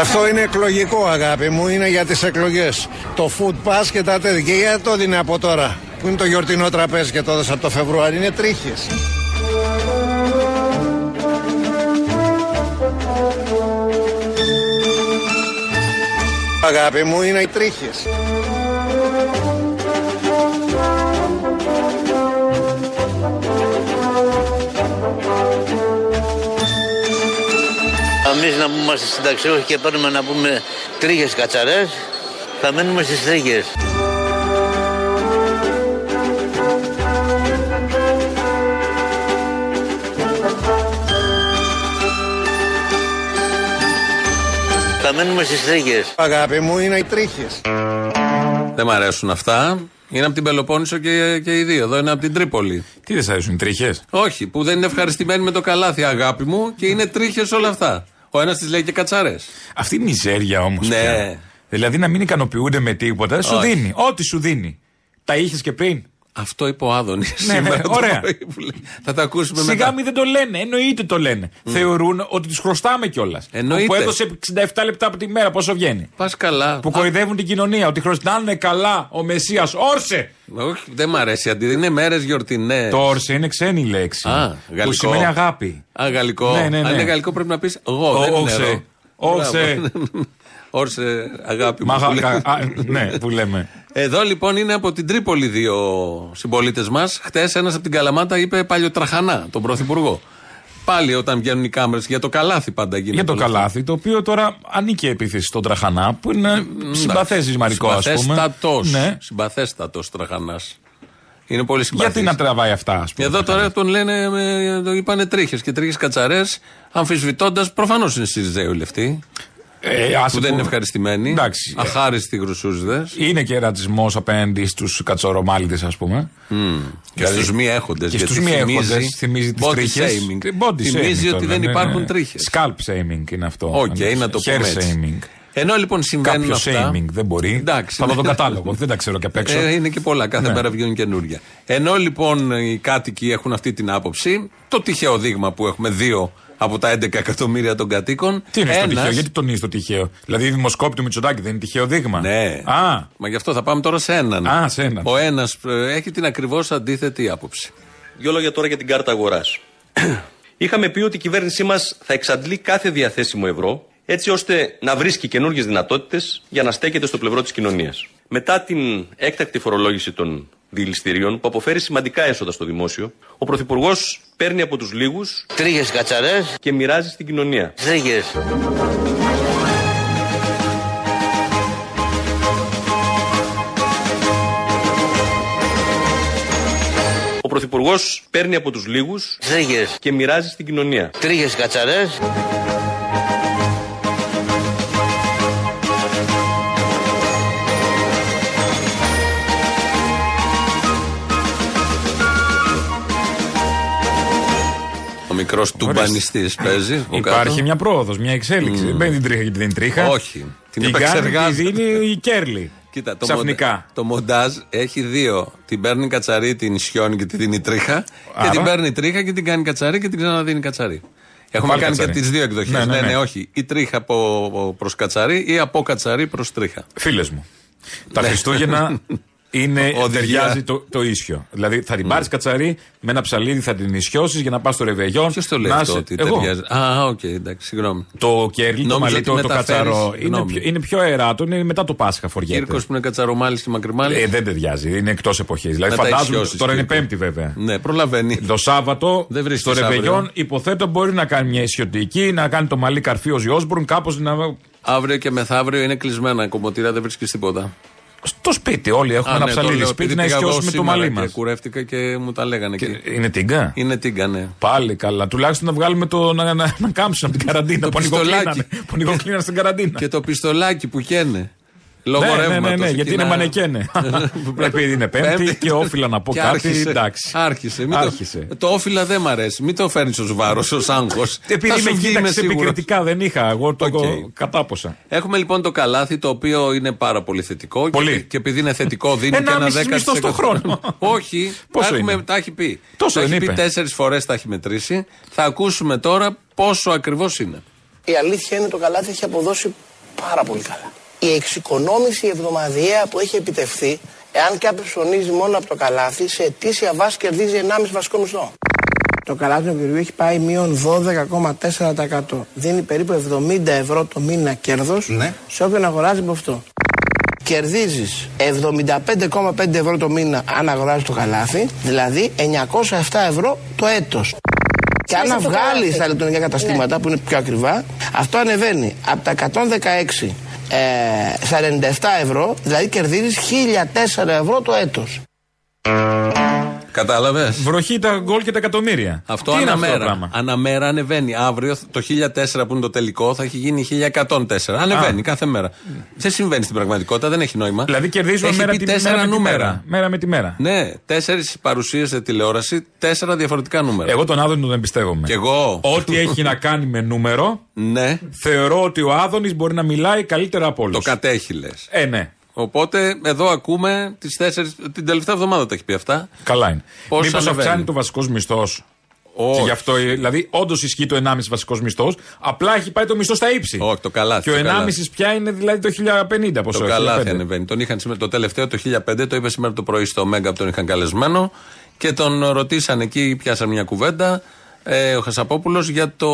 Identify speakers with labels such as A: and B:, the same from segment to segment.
A: Αυτό είναι εκλογικό αγάπη μου, είναι για τις εκλογές. Το food pass και τα τέτοια. Και γιατί το δίνει από τώρα, που είναι το γιορτινό τραπέζι και το έδωσα από το Φεβρουάριο, είναι τρίχες. Αγάπη μου, είναι οι τρίχες.
B: Εμείς να πούμε είμαστε συνταξιούχοι και παίρνουμε να πούμε τρίχες κατσαρές, θα μείνουμε στις τρίχες. Θα μείνουμε στις τρίχες.
A: Αγάπη μου, είναι οι τρίχες.
C: Δεν μ' αρέσουν αυτά. Είναι από την Πελοπόννησο και, και οι δύο. Εδώ είναι από την Τρίπολη.
D: Τι δεν σ' αρέσουν, τρίχες.
C: Όχι, που δεν είναι ευχαριστημένοι με το καλάθι, αγάπη μου, και είναι τρίχες όλα αυτά. Ο ένας της λέει και κατσαρέ.
D: Αυτή η μιζέρια όμως.
C: Ναι.
D: Δηλαδή να μην ικανοποιούνται με τίποτα, σου
C: Όχι.
D: δίνει. Ό,τι σου δίνει. Τα είχες και πριν.
C: Αυτό είπε ο Άδωνης.
D: Ναι, ναι,
C: σήμερα το
D: ωραία.
C: πρωί που λέει. Θα τα ακούσουμε
D: Σιγά
C: μετά.
D: μην δεν το λένε. Εννοείται το λένε. Θεωρούν ότι τους χρωστάμε κιόλας.
C: Εννοείται.
D: Που έδωσε 67 λεπτά από τη μέρα, πόσο βγαίνει.
C: Πας καλά.
D: Που κοροϊδεύουν την κοινωνία, ότι χρωστάνε καλά ο Μεσία. Όρσε!
C: Όχι, δεν μ' αρέσει. Αντί είναι μέρες γιορτινές.
D: Το όρσε είναι ξένη λέξη.
C: Ε. Α,
D: που
C: γαλλικό.
D: σημαίνει αγάπη.
C: Α, γαλλικό.
D: Ναι, ναι, ναι.
C: Αν είναι γαλλικό πρέπει να πεις εγώ.
D: Ο-
C: δεν είναι
D: όξε.
C: «ρο».
D: Όξε.
C: Μπράβο. Όρσε, αγάπη μου.
D: Μα,
C: που λέει.
D: α, α, ναι, που λέμε.
C: Εδώ λοιπόν είναι από την Τρίπολη δύο συμπολίτες μας. Χτες ένας από την Καλαμάτα είπε παλιοτραχανά, τον Πρωθυπουργό. Πάλι όταν βγαίνουν οι κάμερες για το καλάθι πάντα γίνεται.
D: Για το
C: όλο αυτό.
D: καλάθι, το οποίο τώρα ανήκει η επίθεση στον Τραχανά, που είναι συμπαθέζη μαρικό, ας πούμε.
C: Συμπαθέστατος.
D: Ναι.
C: Συμπαθέστατος τραχανάς. Είναι πολύ συμπαθής.
D: Γιατί να τραβάει αυτά, ας πούμε.
C: Εδώ τώρα τον λένε, ε, το είπανε τρίχες και τρίχες κατσαρές, αμφισβητώντας. Προφανώς είναι Σιριζέου αυτή.
D: Ε, άσε
C: Που δεν
D: που-
C: είναι ευχαριστημένοι.
D: Εντάξει.
C: Αχάριστοι γρουσούζδες.
D: Είναι και ρατσισμός απέναντι στους κατσορομάλιδε, ας πούμε.
C: Και στους μη έχοντες.
D: Και στους μη έχοντες θυμίζει Ε, τις τρίχες.
C: Θυμίζει ότι δεν υπάρχουν τρίχε.
D: ναι, Scalp shaming είναι αυτό.
C: Οκ,
D: Αν-
C: να το
D: ναι, Hair
C: πούμε έτσι.
D: shaming.
C: Ενώ λοιπόν συμβαίνουν
D: Κάποιο
C: αυτά.
D: shaming δεν μπορεί.
C: Εντάξει. ναι.
D: Θα δω τον κατάλογο. δεν τα ξέρω και απ' έξω.
C: Ε, είναι και πολλά. Κάθε
D: Ναι.
C: μέρα βγαίνουν καινούργια. Ενώ λοιπόν οι κάτοικοι έχουν αυτή την άποψη, το τυχαίο δείγμα που έχουμε δύο από τα 11 εκατομμύρια των κατοίκων.
D: Τι είναι στο
C: ένας-
D: τυχαίο, γιατί τονίζει το τυχαίο. Δηλαδή, η δημοσκόπη του Μητσοτάκη δεν είναι τυχαίο δείγμα.
C: Ναι.
D: Α,
C: Μα γι' αυτό θα πάμε τώρα σε έναν.
D: Α, σε έναν.
C: Ο ένας έχει την ακριβώς αντίθετη άποψη.
E: Δύο λόγια τώρα για την κάρτα αγοράς. Είχαμε πει ότι η κυβέρνησή μας θα εξαντλεί κάθε διαθέσιμο ευρώ, έτσι ώστε να βρίσκει καινούργιες δυνατότητες για να στέκεται στο πλευρό της κοινωνίας. Μετά την έκτακτη φορολόγηση των διελιστηρίων, που αποφέρει σημαντικά έσοδα στο δημόσιο, ο Πρωθυπουργός παίρνει από τους λίγους
B: Τρίχε κατσαρές,
E: και μοιράζει στην κοινωνία.
B: τρίχε.
E: Ο Πρωθυπουργός παίρνει από τους λίγους
B: Τρίχε.
E: και μοιράζει στην κοινωνία.
B: Τρίχε κατσαρέ.
C: Ο μικρό τουμπανιστής παίζει. ο
D: υπάρχει
C: κάτω.
D: μια πρόοδος, μια εξέλιξη. Δεν παίρνει την τρίχα γιατί δεν είναι τρίχα.
C: Όχι. Την
D: κάνει,
C: επεξεργάζεται.
D: τη δίνει η Κέρλι.
C: Κοίτα, το,
D: Ξαφνικά.
C: μοντα- το μοντάζ έχει δύο. Την παίρνει κατσαρί, την σιώνει και την δίνει τρίχα.
D: Άρα.
C: Και την παίρνει τρίχα και την κάνει κατσαρί και την ξαναδίνει κατσαρί. Έχουμε
D: Πάλι
C: κάνει
D: κατσαρί.
C: και τις δύο εκδοχές.
D: Ναι, ναι, ναι.
C: όχι. Ή τρίχα από, προς κατσαρί ή από κατσαρί προς τρίχα.
D: Φίλες μου. Τα Χριστούγεννα είναι.
C: Ναι. Οδηγία. Ναι.
D: Ταιριάζει το, το ίσιο. Δηλαδή θα την πάρει κατσαρί, με ένα ψαλίδι θα την ισιώσεις για να πας στο ρεβεγιόν.
C: Ποιος το λέει
D: να
C: αυτό
D: είσαι-
C: ότι
D: εγώ.
C: ταιριάζει. Α, οκ, εντάξει, συγγνώμη.
D: Το κέρλι,
C: Νόμιζα
D: το μαλλί,
C: ότι
D: το, το
C: μεταφέρεις.
D: κατσαρό. Είναι
C: Γνώμη.
D: πιο, είναι πιο αεράτο, είναι μετά το Πάσχα
C: Κύρκο
D: φοριέται.
C: που είναι κατσαρομάλι και μακριμάλι.
D: Ε, δεν ταιριάζει, είναι εκτός εποχής.
C: Να
D: Δηλαδή
C: τα
D: φαντάζομαι.
C: ισιώσεις,
D: Τώρα είναι
C: Κύρκο.
D: Πέμπτη βέβαια.
C: ναι, προλαβαίνει.
D: Το Σάββατο
C: Δεν βρίσκεις
D: στο Ρεβεγιόν,
C: αύριο.
D: υποθέτω μπορεί να κάνει μια ισιωτική, να κάνει το μαλλί καρφί ο Ζιόσμπρουν, κάπως να.
C: Αύριο και μεθαύριο είναι κλεισμένα κομμωτήρα, δεν βρίσκεις τίποτα.
D: Στο σπίτι, όλοι έχουμε
C: Α,
D: ένα
C: ναι, το
D: ψαλίδι
C: λέω,
D: σπίτι
C: επειδή
D: να
C: πήγα εγώ
D: ισιώσουμε το
C: σήμερα
D: μαλλί
C: και
D: μας.
C: Κουρεύτηκα και μου τα λέγανε. εκεί.
D: Είναι τίγκα.
C: Είναι τίγκα, ναι.
D: Πάλι καλά. Τουλάχιστον να βγάλουμε το. να, να, να κάμψουν από την καραντίνα. που
C: πιστολάκι.
D: ανοιγοκλίνανε. Που ανοιγοκλίνανε στην καραντίνα.
C: Και το πιστολάκι που καίνε. Λόγω
D: ναι, ναι,
C: ρεύματος
D: ναι, ναι,
C: εκεί
D: γιατί είναι
C: να-
D: μανεκένε. Επειδή είναι Πέμπτη και όφιλα να πω
C: Και
D: κάτι.
C: άρχισε.
D: Εντάξει.
C: Άρχισε. Μην το-
D: Άρχισε.
C: Το, όφιλα δεν μ' αρέσει. Μην το φέρνεις ως βάρος, ως άγχος.
D: Επειδή με κοίταξε επικριτικά, δεν είχα. Εγώ το
C: Οκ.
D: κατάποσα.
C: Έχουμε λοιπόν το καλάθι το οποίο είναι πάρα πολύ θετικό.
D: Πολύ.
C: Και, και επειδή είναι θετικό, δίνει
D: Ένα
C: και ένα 10%.
D: μισή μισθό στο χρόνο.
C: Όχι.
D: Πόσο
C: τα, έχουμε,
D: είναι?
C: τα έχει πει. τα
D: Τόσο δεν
C: έχει πει
D: είπε?
C: τέσσερις φορές, τα έχει μετρήσει. Θα ακούσουμε τώρα πόσο ακριβώς είναι.
F: Η αλήθεια είναι το καλάθι έχει αποδώσει πάρα πολύ καλά. Η εξοικονόμηση εβδομαδιαία που έχει επιτευχθεί, εάν κάποιος ψωνίζει μόνο από το καλάθι, σε αιτήσια βάση κερδίζει 1,5 βασικό μισθό. Το καλάθι του Πυργού έχει πάει μείον 12,4%. Δίνει περίπου 70 ευρώ το μήνα κέρδος
G: Ναι.
F: σε όποιον αγοράζει από αυτό. Κερδίζεις 75,5 ευρώ το μήνα αν αγοράζεις το καλάθι, δηλαδή 907 ευρώ το έτος. Και αν
H: Μέσα από το
F: βγάλεις
H: καλάθι.
F: τα λεπτονικά καταστήματα που είναι πιο ακριβά, αυτό ανεβαίνει από τα 116 ε, στα 97 ευρώ, δηλαδή κερδίζεις 1004 ευρώ το έτος.
C: Κατάλαβες.
D: Βροχή τα γκολ και τα εκατομμύρια.
C: Αυτό
D: Τι είναι
C: αναμέρα.
D: το πράγμα.
C: αναμέρα ανεβαίνει. Αύριο το 1004 που είναι το τελικό θα έχει γίνει 1104. Ανεβαίνει
D: Α.
C: κάθε μέρα. Δεν συμβαίνει στην πραγματικότητα, δεν έχει νόημα.
D: Δηλαδή κερδίζουμε
C: έχει
D: μέρα,
C: πει
D: τη,
C: τέσσερα
D: μέρα, με τη
C: νούμερα.
D: μέρα. Μέρα με τη μέρα.
C: Ναι, τέσσερις παρουσίε σε τηλεόραση, τέσσερα διαφορετικά νούμερα.
D: Εγώ τον Άδωνη τον εμπιστεύομαι.
C: Κι εγώ.
D: Ό,τι έχει να κάνει με νούμερο,
C: Ναι,
D: θεωρώ ότι ο Άδωνης μπορεί να μιλάει καλύτερα από όλους.
C: το κατέχει λες.
D: Ε, ναι.
C: Οπότε εδώ ακούμε τις 4. Την τελευταία εβδομάδα τα έχει πει αυτά.
D: Καλά είναι.
C: Πώς
D: Μήπω
C: ανεβαίνει.
D: αυξάνει το βασικός μισθός.
C: Όχι.
D: Και γι' αυτό, ε, δηλαδή, όντως ισχύει το 1,5 βασικός μισθός. Απλά έχει πάει το μισθό στα ύψη.
C: Όχι, το καλάθι,
D: Και
C: το
D: ο
C: καλάθι.
D: 1,5 πια είναι δηλαδή το 1050 πόσο
C: Το
D: έχει,
C: καλάθι
D: 1005.
C: ανεβαίνει. Τον είχαν σήμερα, το τελευταίο το 1005, το είπε σήμερα το πρωί στο Μέγκα που τον είχαν καλεσμένο και τον ρωτήσαν εκεί, πιάσαν μια κουβέντα ε, ο Χασαπόπουλος για το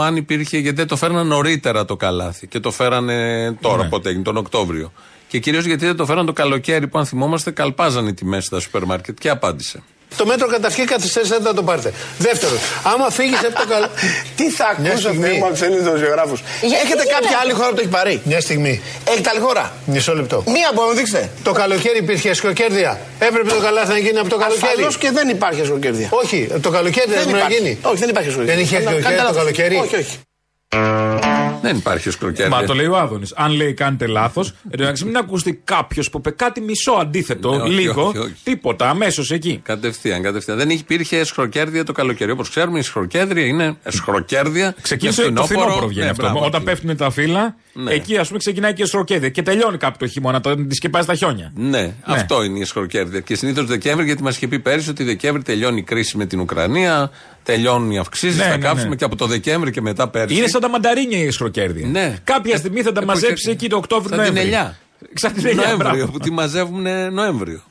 C: αν υπήρχε, γιατί δεν το φέρναν νωρίτερα το καλάθι και το φέρανε τώρα,
D: Ναι.
C: πότε έγινε, τον Οκτώβριο. Και κυρίως γιατί δεν το φέραν το καλοκαίρι που, αν θυμόμαστε, καλπάζαν οι τιμές στα σούπερ μάρκετ. Και απάντησε.
I: Το μέτρο καταρχήν καθυστέρησε να το πάρετε. Δεύτερον, άμα φύγεις από το καλό.
F: Τι θα
I: Μια
F: ακούσει
I: στιγμή.
F: αυτή μου αξιώνει του ζωγράφου.
H: Γιατί
F: Έχετε
H: γίνεται?
F: κάποια άλλη χώρα που το έχει πάρει.
I: Μια στιγμή.
F: Έχετε άλλη χώρα.
I: Μισό λεπτό.
F: Μία μπορεί να μου δείξετε.
I: Το καλοκαίρι υπήρχε ασκοκέρδεια. Έπρεπε το καλάθι να γίνει από το καλοκαίρι.
F: Ασφαλώ και δεν υπάρχει ασκοκέρδια.
I: Όχι, το καλοκαίρι δεν έπρεπε να γίνει.
F: Όχι, δεν υπάρχει ασκοκέρδια.
I: Δεν είχε
F: Κατά-
I: ασκοκέρδια
F: κατά
I: το
F: λάθος.
I: καλοκαίρι?
F: Όχι, όχι.
C: Δεν υπάρχει ω κροκέρι.
D: Μα το λέει ο Άδωνης. Αν λέει κάνετε λάθος, εν τω μεταξύ μην ακούσει κάποιος που είπε κάτι μισό αντίθετο,
C: Ναι, όχι,
D: λίγο,
C: όχι, όχι.
D: τίποτα, αμέσως εκεί.
C: Κατευθείαν, κατευθείαν. Δεν υπήρχε σχροκέρδια το καλοκαίρι. Όπως ξέρουμε, η σχροκέρδια είναι σχροκέρδια.
D: Ξεκίνησε
C: με
D: το φθινόπωρο βγαίνει
C: Ναι,
D: αυτό.
C: μπράβο,
D: Όταν
C: εκεί.
D: πέφτουν τα φύλλα,
C: Ναι.
D: εκεί ας πούμε ξεκινάει και η στροκέδια και τελειώνει κάπου το χειμώνα, τα τη σκεπάζει τα χιόνια.
C: Ναι, αυτό είναι η σχροκέρδη. Και συνήθως Δεκέμβρη, γιατί μας είχε πει πέρυσι ότι Δεκέμβρη τελειώνει η κρίση με την Ουκρανία, τελειώνουν οι αυξήσεις,
D: Ναι,
C: θα
D: ναι, ναι.
C: κάψουμε και από το Δεκέμβρη και μετά πέρυσι.
D: Είναι σαν τα μανταρίνια η σκροκέρδια.
C: Ναι.
D: Κάποια στιγμή θα τα
C: Ε,
D: μαζέψει
C: εποχές-
D: εκεί το Οκτώβριο
C: Σαν την
D: Νοέμβριο.
C: ελιά.
D: Σαν την ελιά,
C: Νοέμβριο,
D: μπράβο.
C: που τη μαζεύουν Νοέμβριο.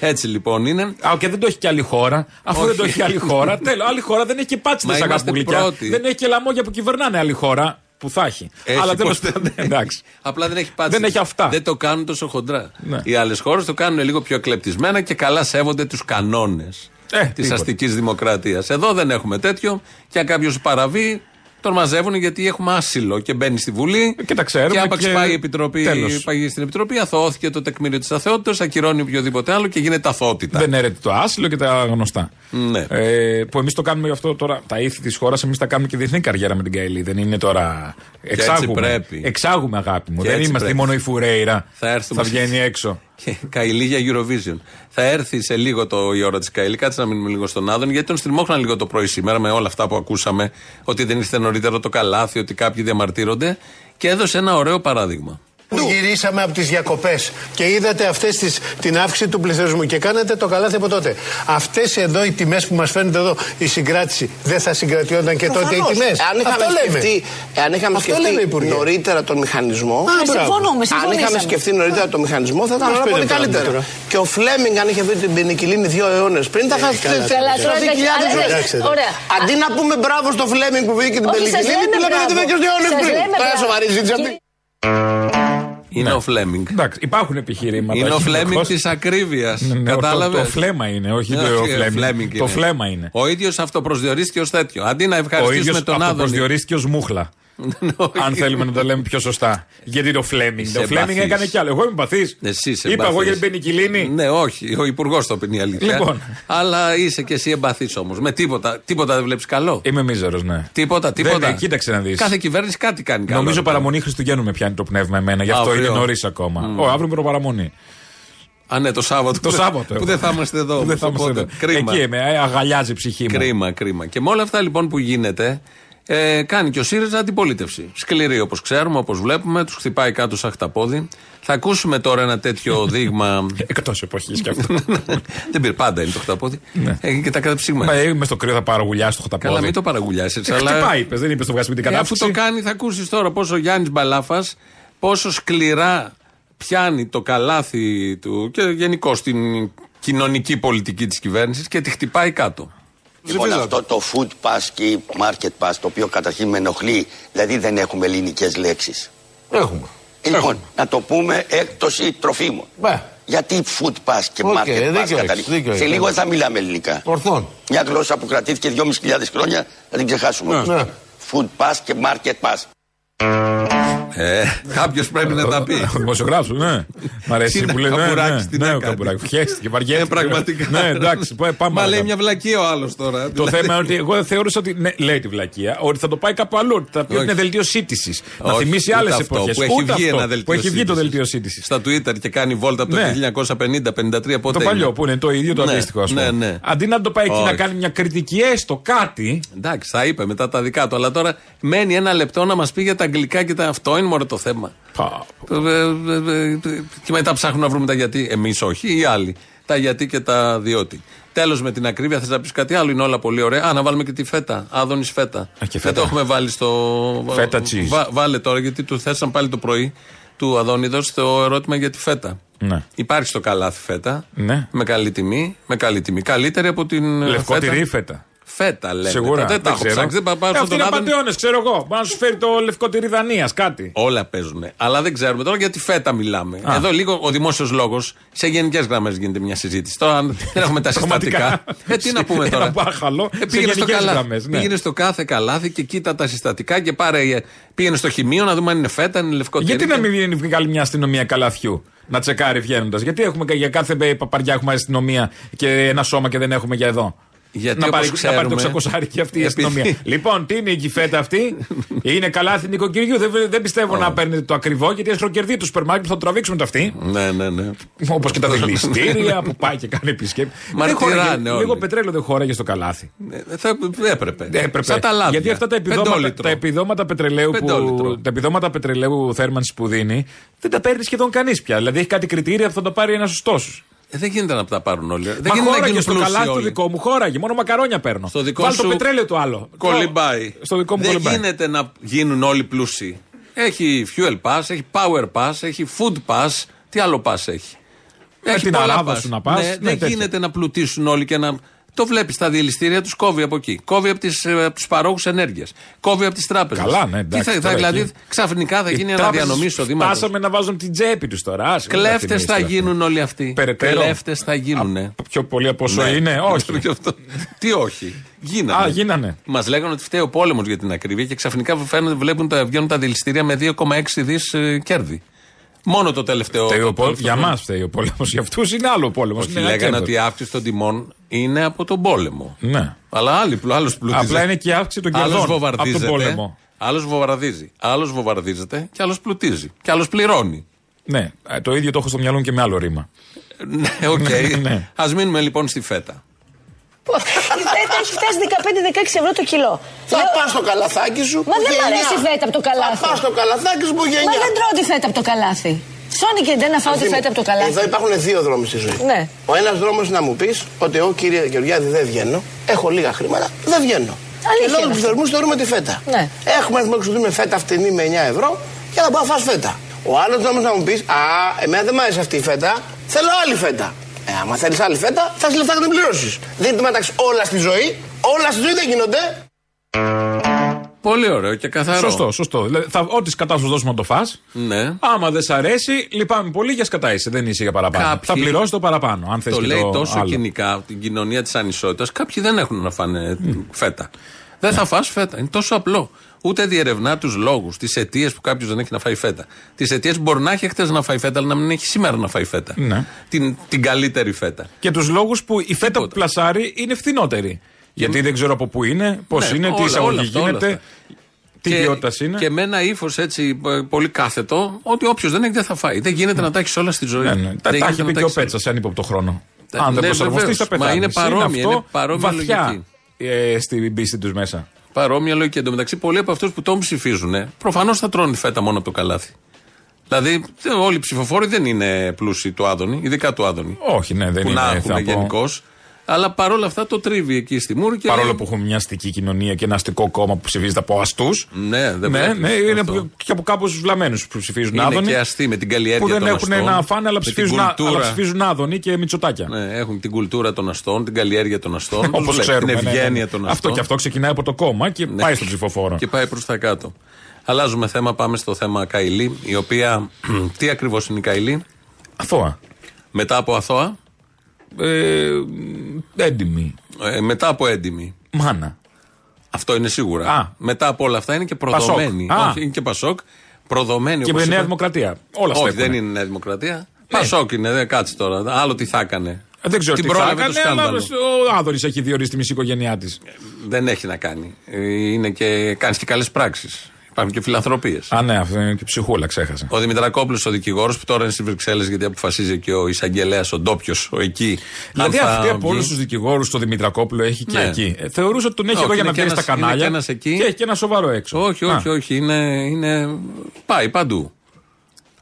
C: Έτσι λοιπόν είναι.
D: Α, και δεν το έχει και άλλη χώρα. Αφού
C: Όχι.
D: δεν το έχει και άλλη χώρα, τέλος. Άλλη χώρα δεν έχει και πάτσε
C: Μα
D: σαν
C: είμαστε
D: καπουλίκια.
C: πρώτοι.
D: Δεν έχει και λαμόγια που κυβερνάνε άλλη χώρα που θα έχει.
C: Έχει
D: Αλλά Ναι. τέλο
C: πως-
D: πάντων. Εντάξει.
C: Απλά δεν έχει πάτσει.
D: Δεν έχει αυτά.
C: Δεν το κάνουν τόσο χοντρά.
D: Ναι.
C: Οι άλλες χώρες το κάνουν λίγο πιο εκλεπτισμένα και καλά σέβονται τους κανόνες
D: Ε,
C: της
D: τίποτα.
C: αστικής δημοκρατίας. Εδώ δεν έχουμε τέτοιο και αν κάποιος παραβεί, τον μαζεύουν γιατί έχουμε άσυλο και μπαίνει στη Βουλή.
D: Ε, Και τα ξέρουμε
C: Και άπαξ
D: και
C: πάει η Επιτροπή,
D: τέλος.
C: πάει στην Επιτροπή, αθωώθηκε το τεκμήριο της αθεότητας, ακυρώνει οποιοδήποτε άλλο και γίνεται αθότητα.
D: Δεν έρεται το άσυλο και τα γνωστά.
C: Ναι.
D: Ε, που εμείς το κάνουμε γι' αυτό τώρα. Τα ήθη της χώρας, εμείς τα κάνουμε και διεθνή καριέρα με την Καηλή. Δεν είναι τώρα.
C: έτσι
D: Εξάγουμε.
C: πρέπει.
D: Εξάγουμε, αγάπη μου.
C: Και
D: δεν
C: έτσι
D: είμαστε
C: πρέπει.
D: μόνο η Φουρέιρα.
C: Θα έρθουμε.
D: βγαίνει έξω.
C: Και Καηλή για Eurovision. Θα έρθει σε λίγο το, η ώρα της Καηλή. Κάτσε να μείνουμε λίγο στον Άδων, γιατί τον στριμώχναν λίγο το πρωί σήμερα με όλα αυτά που ακούσαμε. Ότι δεν ήρθε νωρίτερα το καλάθι, ότι κάποιοι διαμαρτύρονται. Και έδωσε ένα ωραίο παράδειγμα.
I: Που γυρίσαμε από τις διακοπές και είδατε αυτές τις, την αύξηση του πληθωρισμού και κάνατε το καλάθι από τότε. Αυτές εδώ οι τιμές που μας φαίνονται εδώ, η συγκράτηση δεν θα συγκρατιόταν και τότε οι
F: Προφανώς.
I: τιμές.
F: Εάν είχαμε σκεφτεί, εάν είχαμε
I: Αυτό
F: σκεφτεί
I: λέμε, Υπουργέ.
F: νωρίτερα τον μηχανισμό.
I: Α, μπράβο.
H: συμφωνούμε,
F: αν είχαμε
H: συμφωνήσαμε.
F: σκεφτεί νωρίτερα τον μηχανισμό, θα ήταν
I: Τώρα
F: όλα πολύ
I: πήρε τώρα
F: καλύτερα.
I: μέτρα.
F: Και ο Φλέμινγκ, αν είχε βρει την πενικυλίνη δύο αιώνες πριν, τα χάσει
I: καλά,
H: Καλά, τώρα τα έχει- αλλά δεν-
I: Εντάξει, εδώ.
H: ε, Ωραία.
F: Αντί να πούμε μπράβο στο Φλέμινγκ που βγήκε την
H: Όχι, σας
F: πενικυλίνη,
H: λέμε
F: του λέμε να την
H: μπράβο.
F: βρήκε δύο αιώνες
H: Σας
F: πριν.
H: λέμε
F: Τώρα
H: μπράβο.
F: σοβαρή ζήτηση
H: Κύριε-
F: αυτή.
C: Είναι
D: Ναι.
C: ο Φλέμινγκ.
D: Εντάξει, υπάρχουν επιχειρήματα.
C: Είναι ο
D: όχι
C: Φλέμινγκ
D: δυστυχώς.
C: της ακρίβειας.
D: Ναι, ναι,
C: Κατάλαβε.
D: το- το φλέμα είναι, όχι
C: Ναι,
D: το Φλέμινγκ. Το φλέμα είναι.
C: Ο ίδιος αυτοπροσδιορίστηκε ως τέτοιο. Αντί να
D: Ο
C: ευχαριστήσουμε
D: ίδιος
C: τον Άδων. Ναι,
D: αυτοπροσδιορίστηκε ως μούχλα. αν θέλουμε να τα λέμε πιο σωστά. Γιατί το Φλέμινγκ.
C: Είσαι
D: Το Φλέμινγκ
C: εμπαθής.
D: έκανε κι άλλο. Εγώ είμαι παθή.
C: Εσύ είσαι
D: Είπα εγώ
C: εμπαθής.
D: για την Πενικυλίνη.
C: Ναι, όχι. Ο υπουργός το πει η αλήθεια.
D: Λοιπόν.
C: Αλλά είσαι και εσύ εμπαθής όμως. Με τίποτα, τίποτα δεν βλέπεις καλό.
D: Είμαι μίζερο, ναι.
C: Τίποτα, τίποτα.
D: Δεν, είναι, κοίταξε να δεις.
C: Κάθε κυβέρνηση κάτι κάνει καλό.
D: Νομίζω παραμονή Χριστουγέννου με πιάνει το πνεύμα εμένα. Γι' αυτό
C: Αύριο.
D: είναι νωρίς ακόμα. Ω, αύριο είναι παραμονή.
C: Α, ναι, το Σάββατο.
D: Το Σάββατο.
C: Που δεν θα είμαστε εδώ.
D: Που δεν
C: όμως,
D: θα είμαστε
C: οπότε.
D: εδώ.
C: Κρίμα.
D: Εκεί είμαι. ε, Αγαλιάζει η ψυχή μου.
C: Κρίμα, κρίμα. Και με όλα αυτά λοιπόν που γίνεται, ε, κάνει και ο ΣΥΡΙΖΑ αντιπολίτευση. Σκληρή όπως ξέρουμε, όπως βλέπουμε, τους χτυπάει κάτω σαν χταπόδι. Θα ακούσουμε τώρα ένα τέτοιο δείγμα.
D: Εκτός εποχής κι αυτό.
C: δεν πήρε πάντα είναι το χταπόδι.
D: Ναι.
C: Ε, και τα καταψύγματα.
D: Μες στο κρύο θα παραγουλιά στο χταπόδι.
C: Καλά, μην το παραγουλιάσεις.
D: Ε,
C: αλλά...
D: Χτυπά, είπε. Δεν είπες το βγάζεις με την
C: Ε, αφού
D: κατάψυξη.
C: το κάνει, θα ακούσεις τώρα πώ ο Γιάννης Μπαλάφας πόσο σκληρά πιάνει το καλάθι του και γενικώ την κοινωνική πολιτική της κυβέρνησης και τη χτυπάει κάτω.
G: Λοιπόν, αυτό το food pass και market pass, το οποίο καταρχήν με ενοχλεί, δηλαδή δεν έχουμε ελληνικές λέξεις.
I: Έχουμε.
G: Λοιπόν,
I: Έχουμε.
G: να το πούμε έκπτωση τροφίμων.
I: Ναι.
G: Γιατί food pass και
I: Οκ,
G: market
I: δίκιο
G: pass
I: έχεις,
G: καταλήγει.
I: δίκιο
G: Σε
I: έχεις,
G: λίγο
I: ναι.
G: θα μιλάμε ελληνικά.
I: Ορθών.
G: Μια γλώσσα που κρατήθηκε 2.500 χρόνια θα την ξεχάσουμε.
I: Ναι.
G: Food pass και market pass.
C: Ε, Κάποιος πρέπει να τα πει.
D: Ο δημοσιογράφος, ναι. Μ' αρέσει
C: Τι να
D: που λέει. ναι,
C: καπουράξεις, τι
D: Ναι,
C: να
D: ναι, ο
C: κάνεις.
D: καπουράκι. Χαίρεστηκε, βαριέται.
C: Ε, πραγματικά.
D: Ναι, εντάξει, πά- πάμε.
C: Μα λέει
D: παρακάτω.
C: μια βλακία ο άλλος τώρα.
D: Το θέμα είναι ότι εγώ θεώρησα ότι. Ναι, λέει τη βλακεία. Ότι θα το πάει κάπου αλλού. ότι Θα πει ότι
C: Όχι.
D: είναι δελτίο σύντησης. Να
C: Όχι,
D: θυμίσει
C: ούτε
D: άλλες
C: αυτό,
D: εποχές.
C: Που έχει βγει ένα δελτίο
D: Που έχει βγει το
C: σύντησης.
D: δελτίο σύντησης.
C: Στα Twitter και κάνει βόλτα από το
D: Ναι.
C: 1950-53 πότε.
D: Το παλιό
C: είναι.
D: που είναι το ίδιο το
C: Ναι,
D: αντίστοιχο, ας
C: ναι,
D: πούμε.
C: ναι.
D: Αντί να το πάει εκεί να
C: Όχι.
D: κάνει μια κριτική, έστω κάτι.
C: Εντάξει, θα είπε μετά τα δικά του. Αλλά τώρα μένει ένα λεπτό να μας πει για τα αγγλικά και τα αυτό είναι μόνο το θέμα.
D: Πα,
C: Ε, ε, ε, ε, Και μετά ψάχνουμε να βρούμε τα γιατί. Εμείς όχι, οι άλλοι. Τα γιατί και τα διότι. Τέλος με την ακρίβεια, θες να πεις κάτι άλλο. Είναι όλα πολύ ωραία. Α, να βάλουμε και τη φέτα. Άδωνη φέτα.
D: και φέτα.
C: Δεν το έχουμε βάλει στο.
D: Φέτα cheese.
C: βάλε τώρα, γιατί του θέσαν πάλι το πρωί του Αδόνιδος το ερώτημα για τη φέτα.
D: Ναι.
C: Υπάρχει στο καλάθι φέτα.
D: Ναι.
C: Με καλή τιμή. Με καλή τιμή. Καλύτερη από την. ε,
D: Λευκό
C: φέτα.
D: τυρί φέτα.
C: Φέτα λέμε.
D: Σίγουρα.
C: Δεν τα έχω
D: ξέρω.
C: ψάξει. Δεν πάω- πάω
D: Ε,
C: στον
D: Αυτοί είναι
C: Άδωνη.
D: απαταιώνες, ξέρω εγώ. Μπορεί να σου φέρει το λευκό τυρί Δανία, κάτι.
C: Όλα παίζουν. Αλλά δεν ξέρουμε τώρα γιατί φέτα μιλάμε.
D: Α.
C: Εδώ λίγο ο δημόσιος λόγος σε γενικές γραμμές γίνεται μια συζήτηση. Τώρα, αν δεν έχουμε τα συστατικά.
D: Πραγματικά.
C: ε, τι να πούμε τώρα. Ε,
D: Ένα μπάχαλο σε
C: πήγαινε, στο
D: γενικές
C: καλάθι.
D: γραμμές, ναι.
C: πήγαινε στο κάθε καλάθι και κοίτα τα συστατικά και πάρε. ε, Πήγαινε στο χημείο να δούμε αν είναι φέτα, αν είναι λευκό
D: Γιατί
C: τυρί.
D: να μην βγαίνει βγει άλλη μια αστυνομία καλαθιού να τσεκάρει βγαίνοντας. Γιατί έχουμε κα- για κάθε μπε- παπαριά έχουμε αστυνομία και ένα σώμα και δεν έχουμε για εδώ.
C: Γιατί
D: να,
C: όπως
D: πάρει, να πάρει το
C: ξέρουμε,
D: ξακοσάρι και αυτή η
C: επειδή-
D: αστυνομία. λοιπόν, τι είναι η κυφέτα αυτή, είναι καλάθι νοικοκυριού. Δεν, δεν πιστεύω να παίρνετε το ακριβό γιατί έχουν κερδίσει του σούπερ μάρκετ που θα το τραβήξουν τα αυτή.
C: Ναι, ναι, ναι.
D: Όπως και τα δηληστήρια που πάει και κάνει επισκέψει.
C: Μαρτυράνε όλοι.
D: Λίγο πετρέλαιο δεν χώραγε στο καλάθι.
C: Ε, Θα, έπρεπε.
D: Ναι, έπρεπε.
C: Σαν τα λάδια.
D: Γιατί αυτά τα επιδόματα,
C: Πεντόλιτρο.
D: τα επιδόματα πετρελαίου, που,
C: Πεντόλιτρο.
D: τα επιδόματα πετρελαίου θέρμανση που δίνει δεν τα παίρνει σχεδόν κανείς πια. Δηλαδή έχει κάτι κριτήρια που θα το πάρει ένας σωστός.
C: Ε, δεν γίνεται να τα πάρουν όλοι. δεν
D: Μα
C: γίνεται να
D: χώραγε
C: γίνουν
D: στο καλάθι
C: πλούσιοι
D: το
C: όλοι.
D: δικό μου, χώραγε. Μόνο μακαρόνια παίρνω.
C: Στο δικό
D: Βάλ
C: σου.
D: το πετρέλαιο το άλλο.
C: Κολυμπάει.
D: Στο δικό μου
C: Δεν
D: κολυμπάει.
C: γίνεται να γίνουν όλοι πλούσιοι. Έχει fuel pass, έχει power pass, έχει food pass. Τι άλλο pass έχει.
D: Ε, την
C: πολλά
D: αράβα
C: pass.
D: σου να πας,
C: Ναι,
D: ναι,
C: δεν
D: τέτοια.
C: γίνεται να πλουτίσουν όλοι και να. Το βλέπεις στα διελιστήρια, τους κόβει από εκεί. Κόβει από τους παρόχους ενέργειας. Κόβει από τις τράπεζες.
D: Καλά, ναι, εντάξει,
C: θα,
D: τώρα
C: θα, δηλαδή,
D: εκεί.
C: ξαφνικά θα
D: Οι
C: γίνει
D: τράπεζες
C: αναδιανομής εισοδήματο.
D: Φτάσαμε να βάζουν την τσέπη τους τώρα. Άσε, μην τα
C: Κλέφτες
D: θυμίσεις
C: θα
D: τώρα.
C: γίνουν όλοι αυτοί.
D: Περαιτέρω.
C: Κλέφτες θα Ναι. γίνουν.
D: Πιο πολύ από όσο είναι, όχι.
C: Και αυτό. Τι όχι. Γίνανε.
D: Α, γίνανε.
C: Μας λέγανε ότι φταίει ο πόλεμος για την ακρίβεια και ξαφνικά φαίνονται, βλέπουν τα, βγαίνουν τα δηληστήρια με 2,6 δις ε, κέρδη. Μόνο το τελευταίο.
D: Φταίει
C: το
D: ο πόλ-
C: τελευταίο
D: Για
C: χρόνο.
D: μας φταίει ο πόλεμος. Για αυτούς είναι άλλο πόλεμος.
C: Όχι, λέγανε ότι η αύξηση των τιμών είναι από τον πόλεμο.
D: Ναι.
C: Αλλά άλλοι, άλλος πλουτίζει.
D: Απλά είναι και η αύξηση των
C: Άλλος
D: κερδών από τον
C: βομβαρδίζεται,
D: πόλεμο.
C: Άλλος βομβαρδίζει. Άλλο βομβαρδίζεται και άλλος πλουτίζει. Και άλλος πληρώνει.
D: Ναι, ε, το ίδιο το έχω στο μυαλό μου και με άλλο ρήμα.
C: Ναι, οκ.
D: Ναι, ναι.
C: Ας μείνουμε λοιπόν στη φέτα.
H: Η φέτα έχει φτάσει 15-16 ευρώ το κιλό.
F: Θα
H: Λέω,
F: πας στο καλαθάκι σου.
H: Μα
F: που
H: δεν μ'
F: γεννιά.
H: αρέσει η φέτα από το καλάθι.
F: Θα πας στο καλαθάκι σου που
H: Μα
F: γενιά.
H: δεν τρώω τη φέτα από το καλάθι. Ψώνει και δεν να φάω τη
F: Ευθύμη,
H: φέτα από το καλάθι.
F: Εδώ υπάρχουν δύο δρόμοι στη ζωή.
H: Ναι.
F: Ο ένας δρόμος να μου πεις ότι εγώ κύριε Γεωργιάδη δεν βγαίνω, έχω λίγα χρήματα, δεν βγαίνω.
H: Αλήθεια
F: και
H: είναι
F: λόγω του
H: αυτό.
F: θερμού θεωρούμε τη φέτα.
H: Ναι.
F: Έχουμε να εξοδούμε φέτα φτηνή με 9 ευρώ και να πάω να φας φέτα. Ο άλλος δρόμος να μου πεις Α, εμένα δεν μου αρέσει αυτή η φέτα, θέλω άλλη φέτα. Ε, άμα θέλεις άλλη φέτα, θα σε λεφτά και την πληρώσεις. Δεν είναι μεταξύ όλα στη ζωή, όλα στη ζωή δεν γίνονται.
C: Πολύ ωραίο και καθαρό.
D: Σωστό, σωστό. Δηλαδή, θα, ό,τι σκατά σου δώσουμε να το φά.
C: Ναι.
D: Άμα δεν σ' αρέσει, λυπάμαι πολύ για σκατά είσαι. Δεν είσαι για παραπάνω.
C: Κάποιοι-
D: Θα πληρώσει το παραπάνω, αν θες
C: Το
D: και
C: λέει
D: το
C: τόσο
D: άλλο.
C: κοινικά την κοινωνία της ανισότητας. Κάποιοι δεν έχουν να φάνε φέτα. Δεν θα φας φέτα. Είναι τόσο απλό. Ούτε διερευνά τους λόγους, τις αιτίες που κάποιος δεν έχει να φάει φέτα. Τις αιτίες μπορεί να έχει χτε να φάει φέτα, αλλά να μην έχει σήμερα να φάει φέτα.
D: Ναι.
C: Την, την καλύτερη φέτα.
D: Και τους λόγους που η φέτα που πλασάρει είναι φθηνότερη. Γιατί δεν ξέρω από πού είναι, πώς
C: Ναι,
D: είναι, τι
C: όλα- όλα
D: εισαγωγή
C: αυτά, όλα
D: γίνεται,
C: αυτά.
D: τι
C: Και-
D: ποιότητα είναι.
C: Και με ένα ύφος έτσι ε, πολύ κάθετο, ότι όποιος δεν έχει δεν θα φάει. Δεν γίνεται να τα έχεις όλα στη ζωή.
D: Ναι, ναι. Τα
C: Δεν
D: τα
C: γίνεται
D: έχει
C: να
D: πει και ο
C: έχεις όλα.
D: Πέτσας, αν είπε από το χρόνο.
C: Τα-
D: Αν δεν
C: ναι,
D: προσαρμοστεί,
C: βεβαίως.
D: θα
C: Μα
D: πεθάνεις.
C: είναι παρόμοια, είναι παρόμοια
D: βαθιά
C: λογική.
D: ε, στην πίστη τους μέσα.
C: Παρόμοια λογική. Εν τω μεταξύ, πολλοί από αυτούς που τον ψηφίζουν, προφανώς θα τρώνε φέτα μόνο από το καλάθι. Δηλαδή, τε- όλοι οι ψηφοφόροι δεν είναι πλούσιοι του Άδωνη, ειδικά του Άδωνη.
D: Όχι, ναι, δεν
C: που
D: είναι.
C: να
D: θα
C: έχουν
D: πω.
C: γενικώς. Αλλά παρόλα αυτά το τρίβει εκεί στη Μούρη. Και
D: Παρόλο που έχουμε μια αστική κοινωνία και ένα αστικό κόμμα που ψηφίζεται από αστούς.
C: Ναι, δεν
D: ναι,
C: βλέπεις
D: ναι, είναι
C: αυτό.
D: από- και από κάπως βλαμμένους που ψηφίζουν
C: Είναι
D: άδωνη.
C: και αστεί με την καλλιέργεια
D: Που δεν
C: των
D: έχουν
C: αστών,
D: ένα φαν, αλλά
C: με
D: ψηφίζουν,
C: την
D: α- αλλά
C: κουλτούρα.
D: ψηφίζουν άδωνη και μυτσοτάκια.
C: Ναι, έχουν την κουλτούρα των αστών, την καλλιέργεια των αστών. τους
D: Όπω
C: λέει,
D: ξέρουμε.
C: Την
D: ναι, ναι.
C: ευγένεια των αστών.
D: Αυτό και αυτό ξεκινάει από το κόμμα και
C: Ναι.
D: πάει στον ψηφοφόρο.
C: Και πάει προς τα κάτω. Αλλάζουμε θέμα, πάμε στο θέμα Καηλή, η οποία. τι ακριβώς είναι η Καηλή,
D: Αθώα.
C: μετά από αθώα,
D: Ε, έντιμη.
C: ε, μετά από έντιμη.
D: Μάνα.
C: Ε, Αυτό είναι σίγουρα.
D: Α.
C: Μετά από όλα αυτά είναι και προδομένη.
D: Πασόκ. Α.
C: Όχι, είναι και Πασόκ. Προδομένη
D: Και
C: όπως
D: με Νέα
C: είπα.
D: Δημοκρατία. Όλα αυτά.
C: Όχι, δεν είναι Νέα Δημοκρατία. Πασόκ είναι, δεν κάτσε τώρα. Άλλο τι θα έκανε.
D: Ε, Δεν ξέρω
C: Την
D: τι θα
C: πρόλαβε το
D: έκανε, αλλά
C: σκάνδαλο.
D: ο Άδωνης έχει διορίσει τη μισή οικογένειά της.
C: Δεν έχει να κάνει. Ε, Είναι και κάνεις και καλές πράξεις. Υπάρχουν και φιλανθρωπίες.
D: Α, ναι, αυτό είναι και ψυχούλα, ξέχασα.
C: Ο Δημητρακόπουλος, ο δικηγόρος, που τώρα είναι στις Βρυξέλλες γιατί αποφασίζει και ο εισαγγελέας, ο ντόπιος, ο εκεί.
D: Δηλαδή,
C: αν θα
D: αυτή από
C: βγει.
D: όλους τους δικηγόρους το Δημητρακόπουλο έχει και
C: Ναι.
D: εκεί. Ε, θεωρούσα ότι τον έχει
C: Όχι,
D: εδώ για
C: είναι
D: να
C: και
D: βγαίνει στα
C: ένας- είναι
D: κανάλια.
C: και ένας εκεί.
D: έχει και ένα σοβαρό έξω.
C: Όχι, όχι,
D: Α,
C: όχι. Είναι, είναι. Πάει παντού.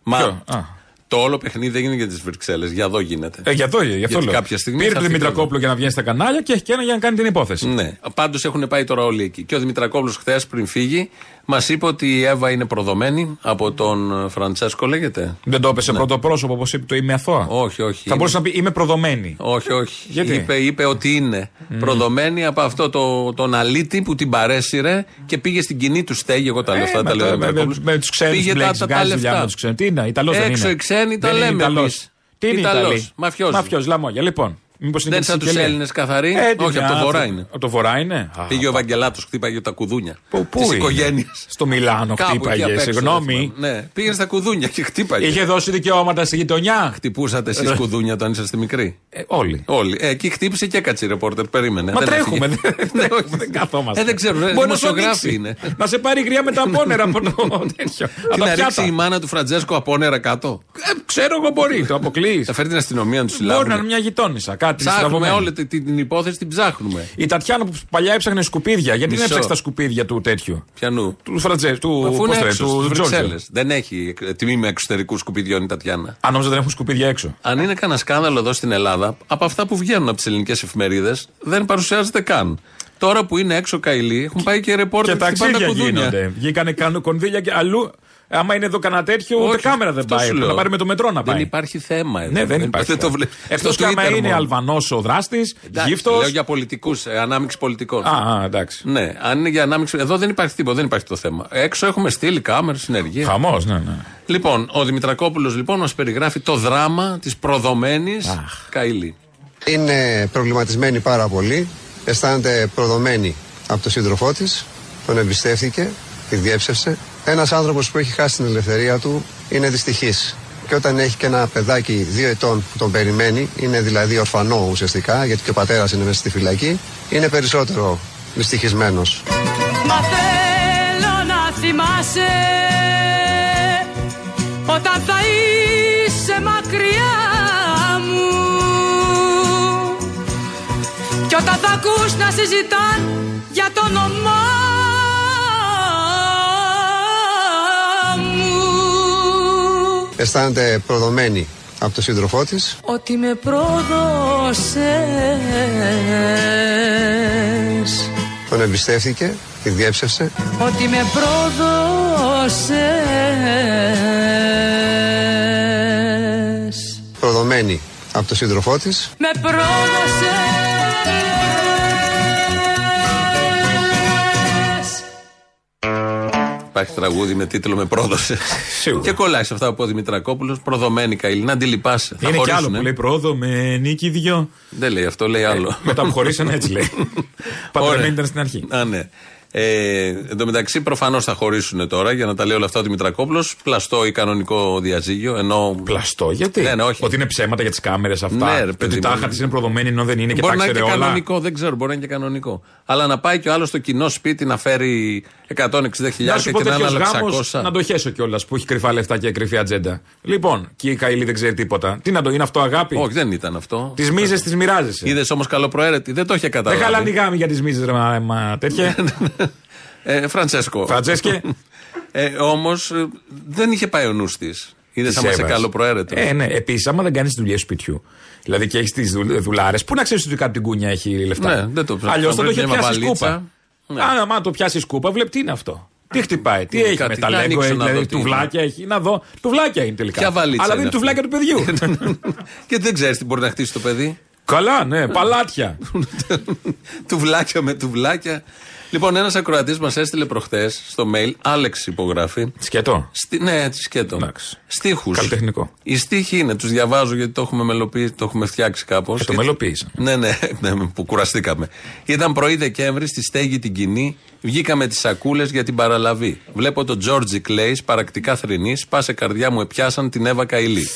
C: Μα
D: Ποιο? Α.
C: το όλο παιχνίδι δεν είναι για τις Βρυξέλλες. Για εδώ γίνεται.
D: Ε, για αυτό, γι' αυτό
C: Γιατί
D: λέω.
C: κάποια στιγμή
D: Πήρε
C: θα
D: τον
C: φύγει.
D: Δημητρακόπουλο για να βγαίνει στα κανάλια και έχει και ένα για να κάνει την υπόθεση.
C: Ναι. Πάντως έχουν πάει τώρα όλοι εκεί. Και ο Δημητρακόπουλος χθες πριν φύγει, μας είπε ότι η Εύα είναι προδομένη από τον Φραντσέσκο, λέγεται.
D: Δεν το είπε σε πρώτο πρόσωπο, όπως είπε το είμαι αθώα.
C: Ναι. Όχι, όχι.
D: Θα
C: είναι-
D: μπορούσε να πει είμαι προδομένη.
C: Όχι, όχι.
D: Γιατί?
C: Είπε, είπε ότι είναι προδομένη από αυτό το, τον αλήτη που την παρέσυρε και πήγε στην κοινή του στέγη. Εγώ τα
D: Ε,
C: λεφτά
D: με
C: τα
D: το-
C: λέω.
D: με-
C: Δημητρακόπουλος.
D: Με τους ξένους
C: πήγε τα, τα, τα λεφτά.
D: Τι είναι, Ιταλός δεν είναι.
C: Έξω οι ξένοι τα
D: Δεν είναι
C: λέμε
D: Ιταλός.
C: εμείς.
D: Τι είναι
C: Ιταλός,
D: Ιταλός.
C: μαφιόζοι.
D: Μαφιόζοι, λαμόγια. Λοιπόν, μήπως είναι
C: Δεν
D: και
C: σαν
D: στη
C: τους
D: Σικελία.
C: Έλληνες καθαροί.
D: Ε, τι
C: Όχι,
D: μια
C: από το βορρά
D: άνθρωπη.
C: είναι.
D: Από το βορρά είναι. Α,
C: Πήγε ο Ευαγγελάτο, χτύπαγε τα κουδούνια.
D: πού- πού
C: Τη
D: είναι?
C: οικογένειας.
D: Στο Μιλάνο χτύπαγε, συγγνώμη.
C: Ναι, πήγαινε στα κουδούνια και χτύπαγες.
D: Είχε δώσει δικαιώματα στη γειτονιά.
C: Χτυπούσατε εσείς κουδούνια όταν είσαστε μικροί.
D: Ε, όλοι.
C: Όλοι. Ε, εκεί χτύπησε και έκατσε η ρεπόρτερ. Περίμενε.
D: Μα
C: Δεν
D: τρέχουμε,
C: έφυγε.
D: δεν-
C: Ναι, όχι,
D: δεν καθόμαστε.
C: Ε, δεν ξέρω.
D: Μπορείς να σου
C: Δημοσιογράφοι
D: ανοίξει.
C: είναι.
D: Να σε πάρει γριά με τα πόνερα από το τέτοιο.
C: Τι
D: Από τα
C: να ρίξει η
D: πιάτα.
C: μάνα του Φραντζέσκο από όνερα κάτω.
D: Ε, Ξέρω εγώ μπορεί, το αποκλείεις.
C: Θα φέρει την αστυνομία να τους
D: Μπορεί να είναι
C: συλλάβουν.
D: μια γειτόνισσα, κάτι
C: Ε, Ψάχνουμε
D: στραβωμένο.
C: όλη τη- την, την υπόθεση, την ψάχνουμε.
D: Η Τατιάνα που παλιά έψαχνε σκουπίδια, γιατί δεν
C: Μισό.
D: έψαξε τα σκουπίδια του τέτοιου.
C: Πιανού.
D: Του Φραντζέ, του
C: Αφού είναι
D: πώς το λένε,
C: έξω,
D: του
C: στις
D: Τζόρτζιο.
C: Βρυξέλλες. Δεν έχει ε, τμήμα εξωτερικού σκουπιδιών η Τατιάνα.
D: Αν νόμιζα δεν έχουν σκουπίδια έξω.
C: Αν είναι κανένα σκάνδαλο εδώ στην Ελλάδα, από αυτά που βγαίνουν από τις ελληνικές εφημερίδες, δεν παρουσιάζεται καν. Τώρα που είναι έξω καηλή, έχουν πάει και ρεπόρτερ
D: Και
C: που χτυπάνε
D: ταξίδια
C: τα κουδούνια.
D: γίνονται. Βγήκανε κάνουν κονδύλια και αλλού. Άμα είναι εδώ κανένα τέτοιο, ούτε
C: Όχι,
D: κάμερα δεν
C: αυτός
D: πάει.
C: σου
D: Πρέπει
C: λέω.
D: να πάρει με το μετρό να πάει.
C: Δεν υπάρχει θέμα εδώ.
D: Ναι, δεν υπάρχει.
C: το βλέ-
D: Εκτός
C: Στο
D: και άμα
C: Twitter
D: είναι
C: μόνο.
D: Αλβανός ο δράστης,
C: Εντάξει,
D: γύφτος.
C: Λέω για πολιτικούς, ανάμειξη πολιτικών.
D: Α, α, εντάξει.
C: Ναι, αν είναι για ανάμειξη. Εδώ δεν υπάρχει τίποτα, δεν υπάρχει το θέμα. Έξω έχουμε στείλει κάμερες, συνεργεία.
D: Χαμός, ναι, ναι.
C: Λοιπόν, ο Δημητρακόπουλος λοιπόν μας περιγράφει το δράμα της προδομένης
D: Αχ.
C: Καηλή.
A: Είναι προβληματισμένη πάρα πολύ. Αισθάνεται προδομένη από τον σύντροφό της. Τον εμπιστεύτηκε, τη διέψευσε. Ένας άνθρωπος που έχει χάσει την ελευθερία του είναι δυστυχής. Και όταν έχει και ένα παιδάκι δύο ετών που τον περιμένει, είναι δηλαδή ορφανό ουσιαστικά, γιατί και ο πατέρας είναι μέσα στη φυλακή, είναι περισσότερο δυστυχισμένος.
J: Μα θέλω να θυμάσαι όταν θα είσαι μακριά μου κι όταν θα ακούς να συζητάν για το όνομά μου
A: Αισθάνεται προδομένη από τον σύντροφό της.
J: ότι με πρόδωσες
A: Τον εμπιστεύτηκε, τη διέψευσε.
J: ότι με πρόδωσες
A: Προδομένη από τον σύντροφό της.
J: με πρόδωσες
C: Υπάρχει τραγούδι με τίτλο Με πρόδωσε.
D: Σίγουρα.
C: Και κολλάει σε αυτά που ο Δημητρακόπουλο. Προδομένη Καηλή. Να αντιλυπάσαι. Θα
D: Είναι κι άλλο
C: χωρίσουνε.
D: που λέει πρόοδο με νίκη δυο.
C: Δεν λέει αυτό, λέει άλλο.
D: Μετά που χωρίσανε έτσι λέει.
C: Ωραία.
D: Πατρεμένη ήταν στην αρχή.
C: Α, ναι. Ε, εν τω μεταξύ, προφανώς θα χωρίσουν τώρα για να τα λέει όλα αυτά ο Δημητρακόπουλος. Πλαστό ή κανονικό διαζύγιο. Ενώ
D: Πλαστό, γιατί.
C: Ναι, ναι, όχι.
D: Ότι είναι ψέματα για τις κάμερες αυτά.
C: Ναι, ρε,
D: και
C: παιδί
D: ότι
C: μου.
D: τάχα τη είναι προδομένη ενώ δεν είναι Ε, και τα
C: μπορεί να είναι
D: ξέρε
C: και
D: όλα.
C: κανονικό, δεν ξέρω, μπορεί να είναι και κανονικό. Αλλά να πάει και ο άλλος στο κοινό σπίτι να φέρει 160.000
D: Να σου
C: και
D: πω
C: την
D: τέτοιος
C: άλλα
D: γάμος
C: 600.
D: να το χέσω κιόλας που έχει κρυφά λεφτά και κρυφή ατζέντα. Λοιπόν, και η Καηλή δεν ξέρει τίποτα. Τι να το, είναι αυτό αγάπη.
C: Όχι, δεν ήταν αυτό.
D: Τις μίζες τις μοιράζεσαι.
C: Είδες όμως καλοπροαίρετη, δεν το είχε
D: Δεν χαλάνε οι
C: καταλάβει.
D: γάμοι για τις μίζες, ρε μα, μα, τέτοια.
C: Ναι, ε, Φραντσέσκο.
D: Φραντσέσκε.
C: ε, Όμως δεν είχε πάει ο νους της. Είδε άμα είσαι καλοπροαίρετος.
D: Ε, ναι. Επίσης, άμα δεν κάνεις δουλειές σπιτιού, δηλαδή και έχεις τις δουλάρες, πού να ξέρεις ότι κάτι την κούνια έχει λεφτά.
C: Ναι, δεν το ψάχνω.
D: Αλλιώς θα
C: Πρέπει
D: το είχε
C: μια
D: πιάσει
C: βαλίτσα.
D: κούπα. Αν άμα το πιάσεις κούπα, βλέπεις τι είναι αυτό. Τι χτυπάει, τι
C: Ναι,
D: έχει
C: κάτι,
D: με τα
C: να
D: λέγκο,
C: ανοίξω
D: έχει,
C: να δω
D: δηλαδή
C: τι είναι.
D: τουβλάκια έχει. Να δω. Τουβλάκια είναι τελικά.
C: Ποια βαλίτσα
D: Αλλά δεν
C: είναι
D: είναι τουβλάκια του παιδιού.
C: Και δεν ξέρεις τι μπορεί να χτίσει το παιδί.
D: Καλά, ναι, παλάτια.
C: τουβλάκια με τουβλάκια. Λοιπόν, ένας ακροατής μας έστειλε προχτές στο mail, Άλεξ υπογράφει.
D: Σκέτο.
C: Στη, ναι, έτσι σκέτο. Στίχους.
D: Καλλιτεχνικό.
C: Οι στίχοι είναι, τους διαβάζω γιατί το έχουμε μελοποιήσει, το έχουμε φτιάξει κάπως.
D: το μελοποίησα.
C: Ναι, ναι, ναι, που κουραστήκαμε. Ήταν πρωί Δεκέμβρη στη στέγη την κοινή, βγήκαμε τις σακούλες για την παραλαβή. Βλέπω τον Τζόρτζι Κλέης, παρακτικά θρηνής, πάσε καρδιά μου, επιάσαν την Εύα Καηλή.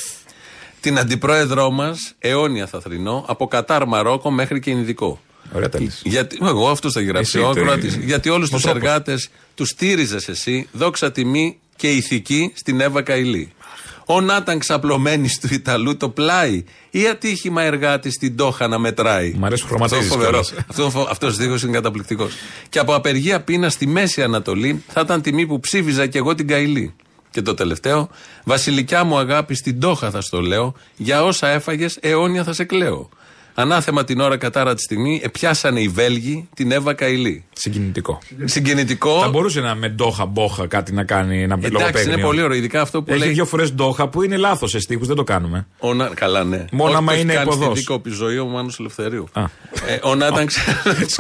C: Την αντιπρόεδρό μας, αιώνια θα θρηνώ, από Κατάρ Μαρόκο μέχρι και Ινδικό.
D: Ωραία, τα λες.
C: Γιατί, εγώ αυτό θα γράψει.
D: Εσύ,
C: ο
D: το-
C: Ακροατής. Γιατί όλους
D: Ο
C: του
D: τρόπος.
C: εργάτες τους στήριζες εσύ, δόξα τιμή και ηθική στην Εύα Καηλή. Ο Νάταν ξαπλωμένης του Ιταλού το πλάι ή ατύχημα εργάτη στην Τόχα να μετράει.
D: Μ' αρέσει που χρωματίζεις
C: Αυτό φοβερό.
D: κιόλας.
C: Αυτό, φο- αυτός δίχως είναι καταπληκτικός. Και από απεργία πείνα στη Μέση Ανατολή θα ήταν τιμή που ψήφιζα κι εγώ την Καηλή. Και το τελευταίο, Βασιλικιά μου αγάπη στην Τόχα θα στο λέω, για όσα έφαγες αιώνια θα σε κλαίω. Ανάθεμα την ώρα κατάρα τη στιγμή, επιάσανε οι Βέλγοι την Εύα Καηλή.
D: Συγκινητικό.
C: Λοιπόν- Συγκινητικό.
D: Θα μπορούσε να με ντόχα μπόχα κάτι να κάνει να
C: Εντάξει, είναι πολύ ωραίο, ειδικά αυτό που
D: Έχει
C: λέει.
D: δύο φορές ντόχα που είναι λάθος σε στίχους, δεν το κάνουμε.
C: Ο Να- Καλά, ναι.
D: Μόνο άμα είναι
C: υποδό.
D: υποδός.
C: Στην δίκοπη ζωή ο Μάνος Ελευθερίου.
D: Α.
C: Ε, ο Νάταν ξα-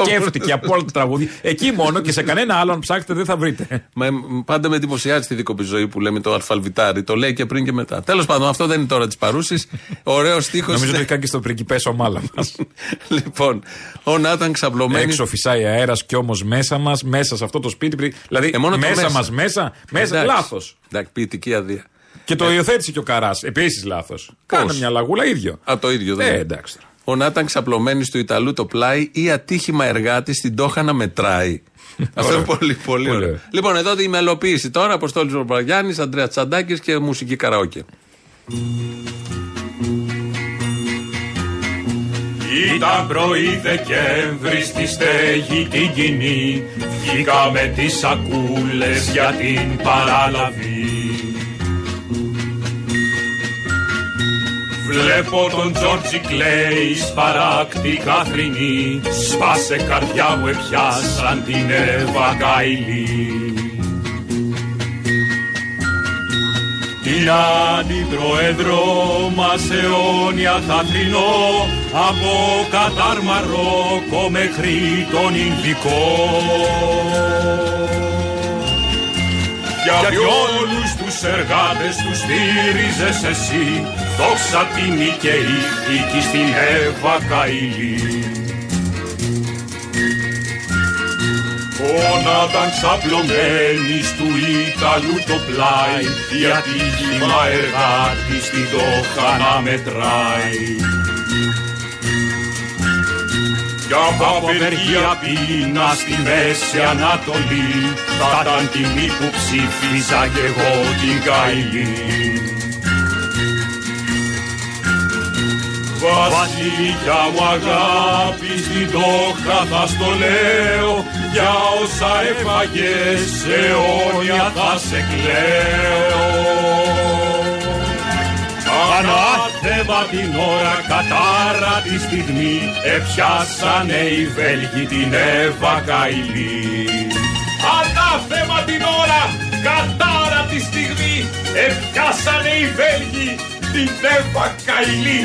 D: Σκέφτηκε από όλα τα τραγούδια. Εκεί μόνο και σε κανένα άλλο, αν ψάξετε, δεν θα βρείτε.
C: Μα, ε, μ, πάντα με εντυπωσιάζει τη δίκοπη ζωή που λέμε το αλφαλβητάρι. Το λέει και πριν και μετά. Τέλος πάντων, αυτό δεν είναι τώρα της παρούσης. Ωραίος τείχο.
D: Νομίζω ότι κάνει και στο πριγκιπέσο μάλα μας.
C: λοιπόν, ο Νάταν ξαπλωμένης.
D: Έξω φυσάει αέρας κι όμως μέσα μας, μέσα σε αυτό το σπίτι. πρι- Δηλαδή,
C: Ε, μόνο το
D: μέσα
C: μέσα.
D: μας, μέσα, μέσα.
C: Εντάξει. Ε.
D: Λάθος.
C: Εντάξει, ποιητική αδεία.
D: Και το υιοθέτησε και ο Καράς. Επίσης λάθος. Κάνε μια λαγούλα ίδιο.
C: Α, το ίδιο δεν
D: Ε,
C: είναι.
D: εντάξει. τώρα.
C: Ο Νάταν ξαπλωμένης του Ιταλού το πλάι ή ατύχημα εργάτη στην Τόχα να μετράει. Αυτό είναι πολύ, πολύ
D: Πολύ
C: ωραίο.
D: ωραίο.
C: Λοιπόν, εδώ η μελοποίηση τώρα. Αποστόλης Ροπαγιάννη, Αντρέα Τσαντάκης και μουσική καραόκε.
K: Ήταν πρωί Δεκέμβρη στη στέγη την κοινή Βγήκαμε τις σακούλες για την παραλαβή Βλέπω τον Τζόρτζι Κλέη σπαράκτη καθρινή Σπάσε καρδιά μου επιάσαν την Εύα Καηλή Την αντιπροέδρο μας αιώνια θα θρυνώ από Κατάρ Μαρόκο μέχρι τον Ινδικό. Για όλους τους εργάτες τους στήριζες εσύ, δόξα τιμή και ηθική στην Εύα Καηλή. Όνα ήταν ξαπλωμένης του Ιταλού το πλάι Η ατύχημα εργάτη στην τόχα να μετράει Για απεργία πείνα στη Μέση Ανατολή Θα ήταν τιμή που ψήφιζα κι εγώ την Καηλή Βασιλιά μου αγάπη στην τόχα θα στο λέω Για όσα έφαγες αιώνια θα σε κλαίω Ανάθεμα την ώρα κατάρα τη στιγμή Επιάσανε οι Βέλγοι την Εύα Καηλή Ανάθεμα την ώρα κατάρα τη στιγμή Επιάσανε οι Βέλγοι την Εύα Καηλή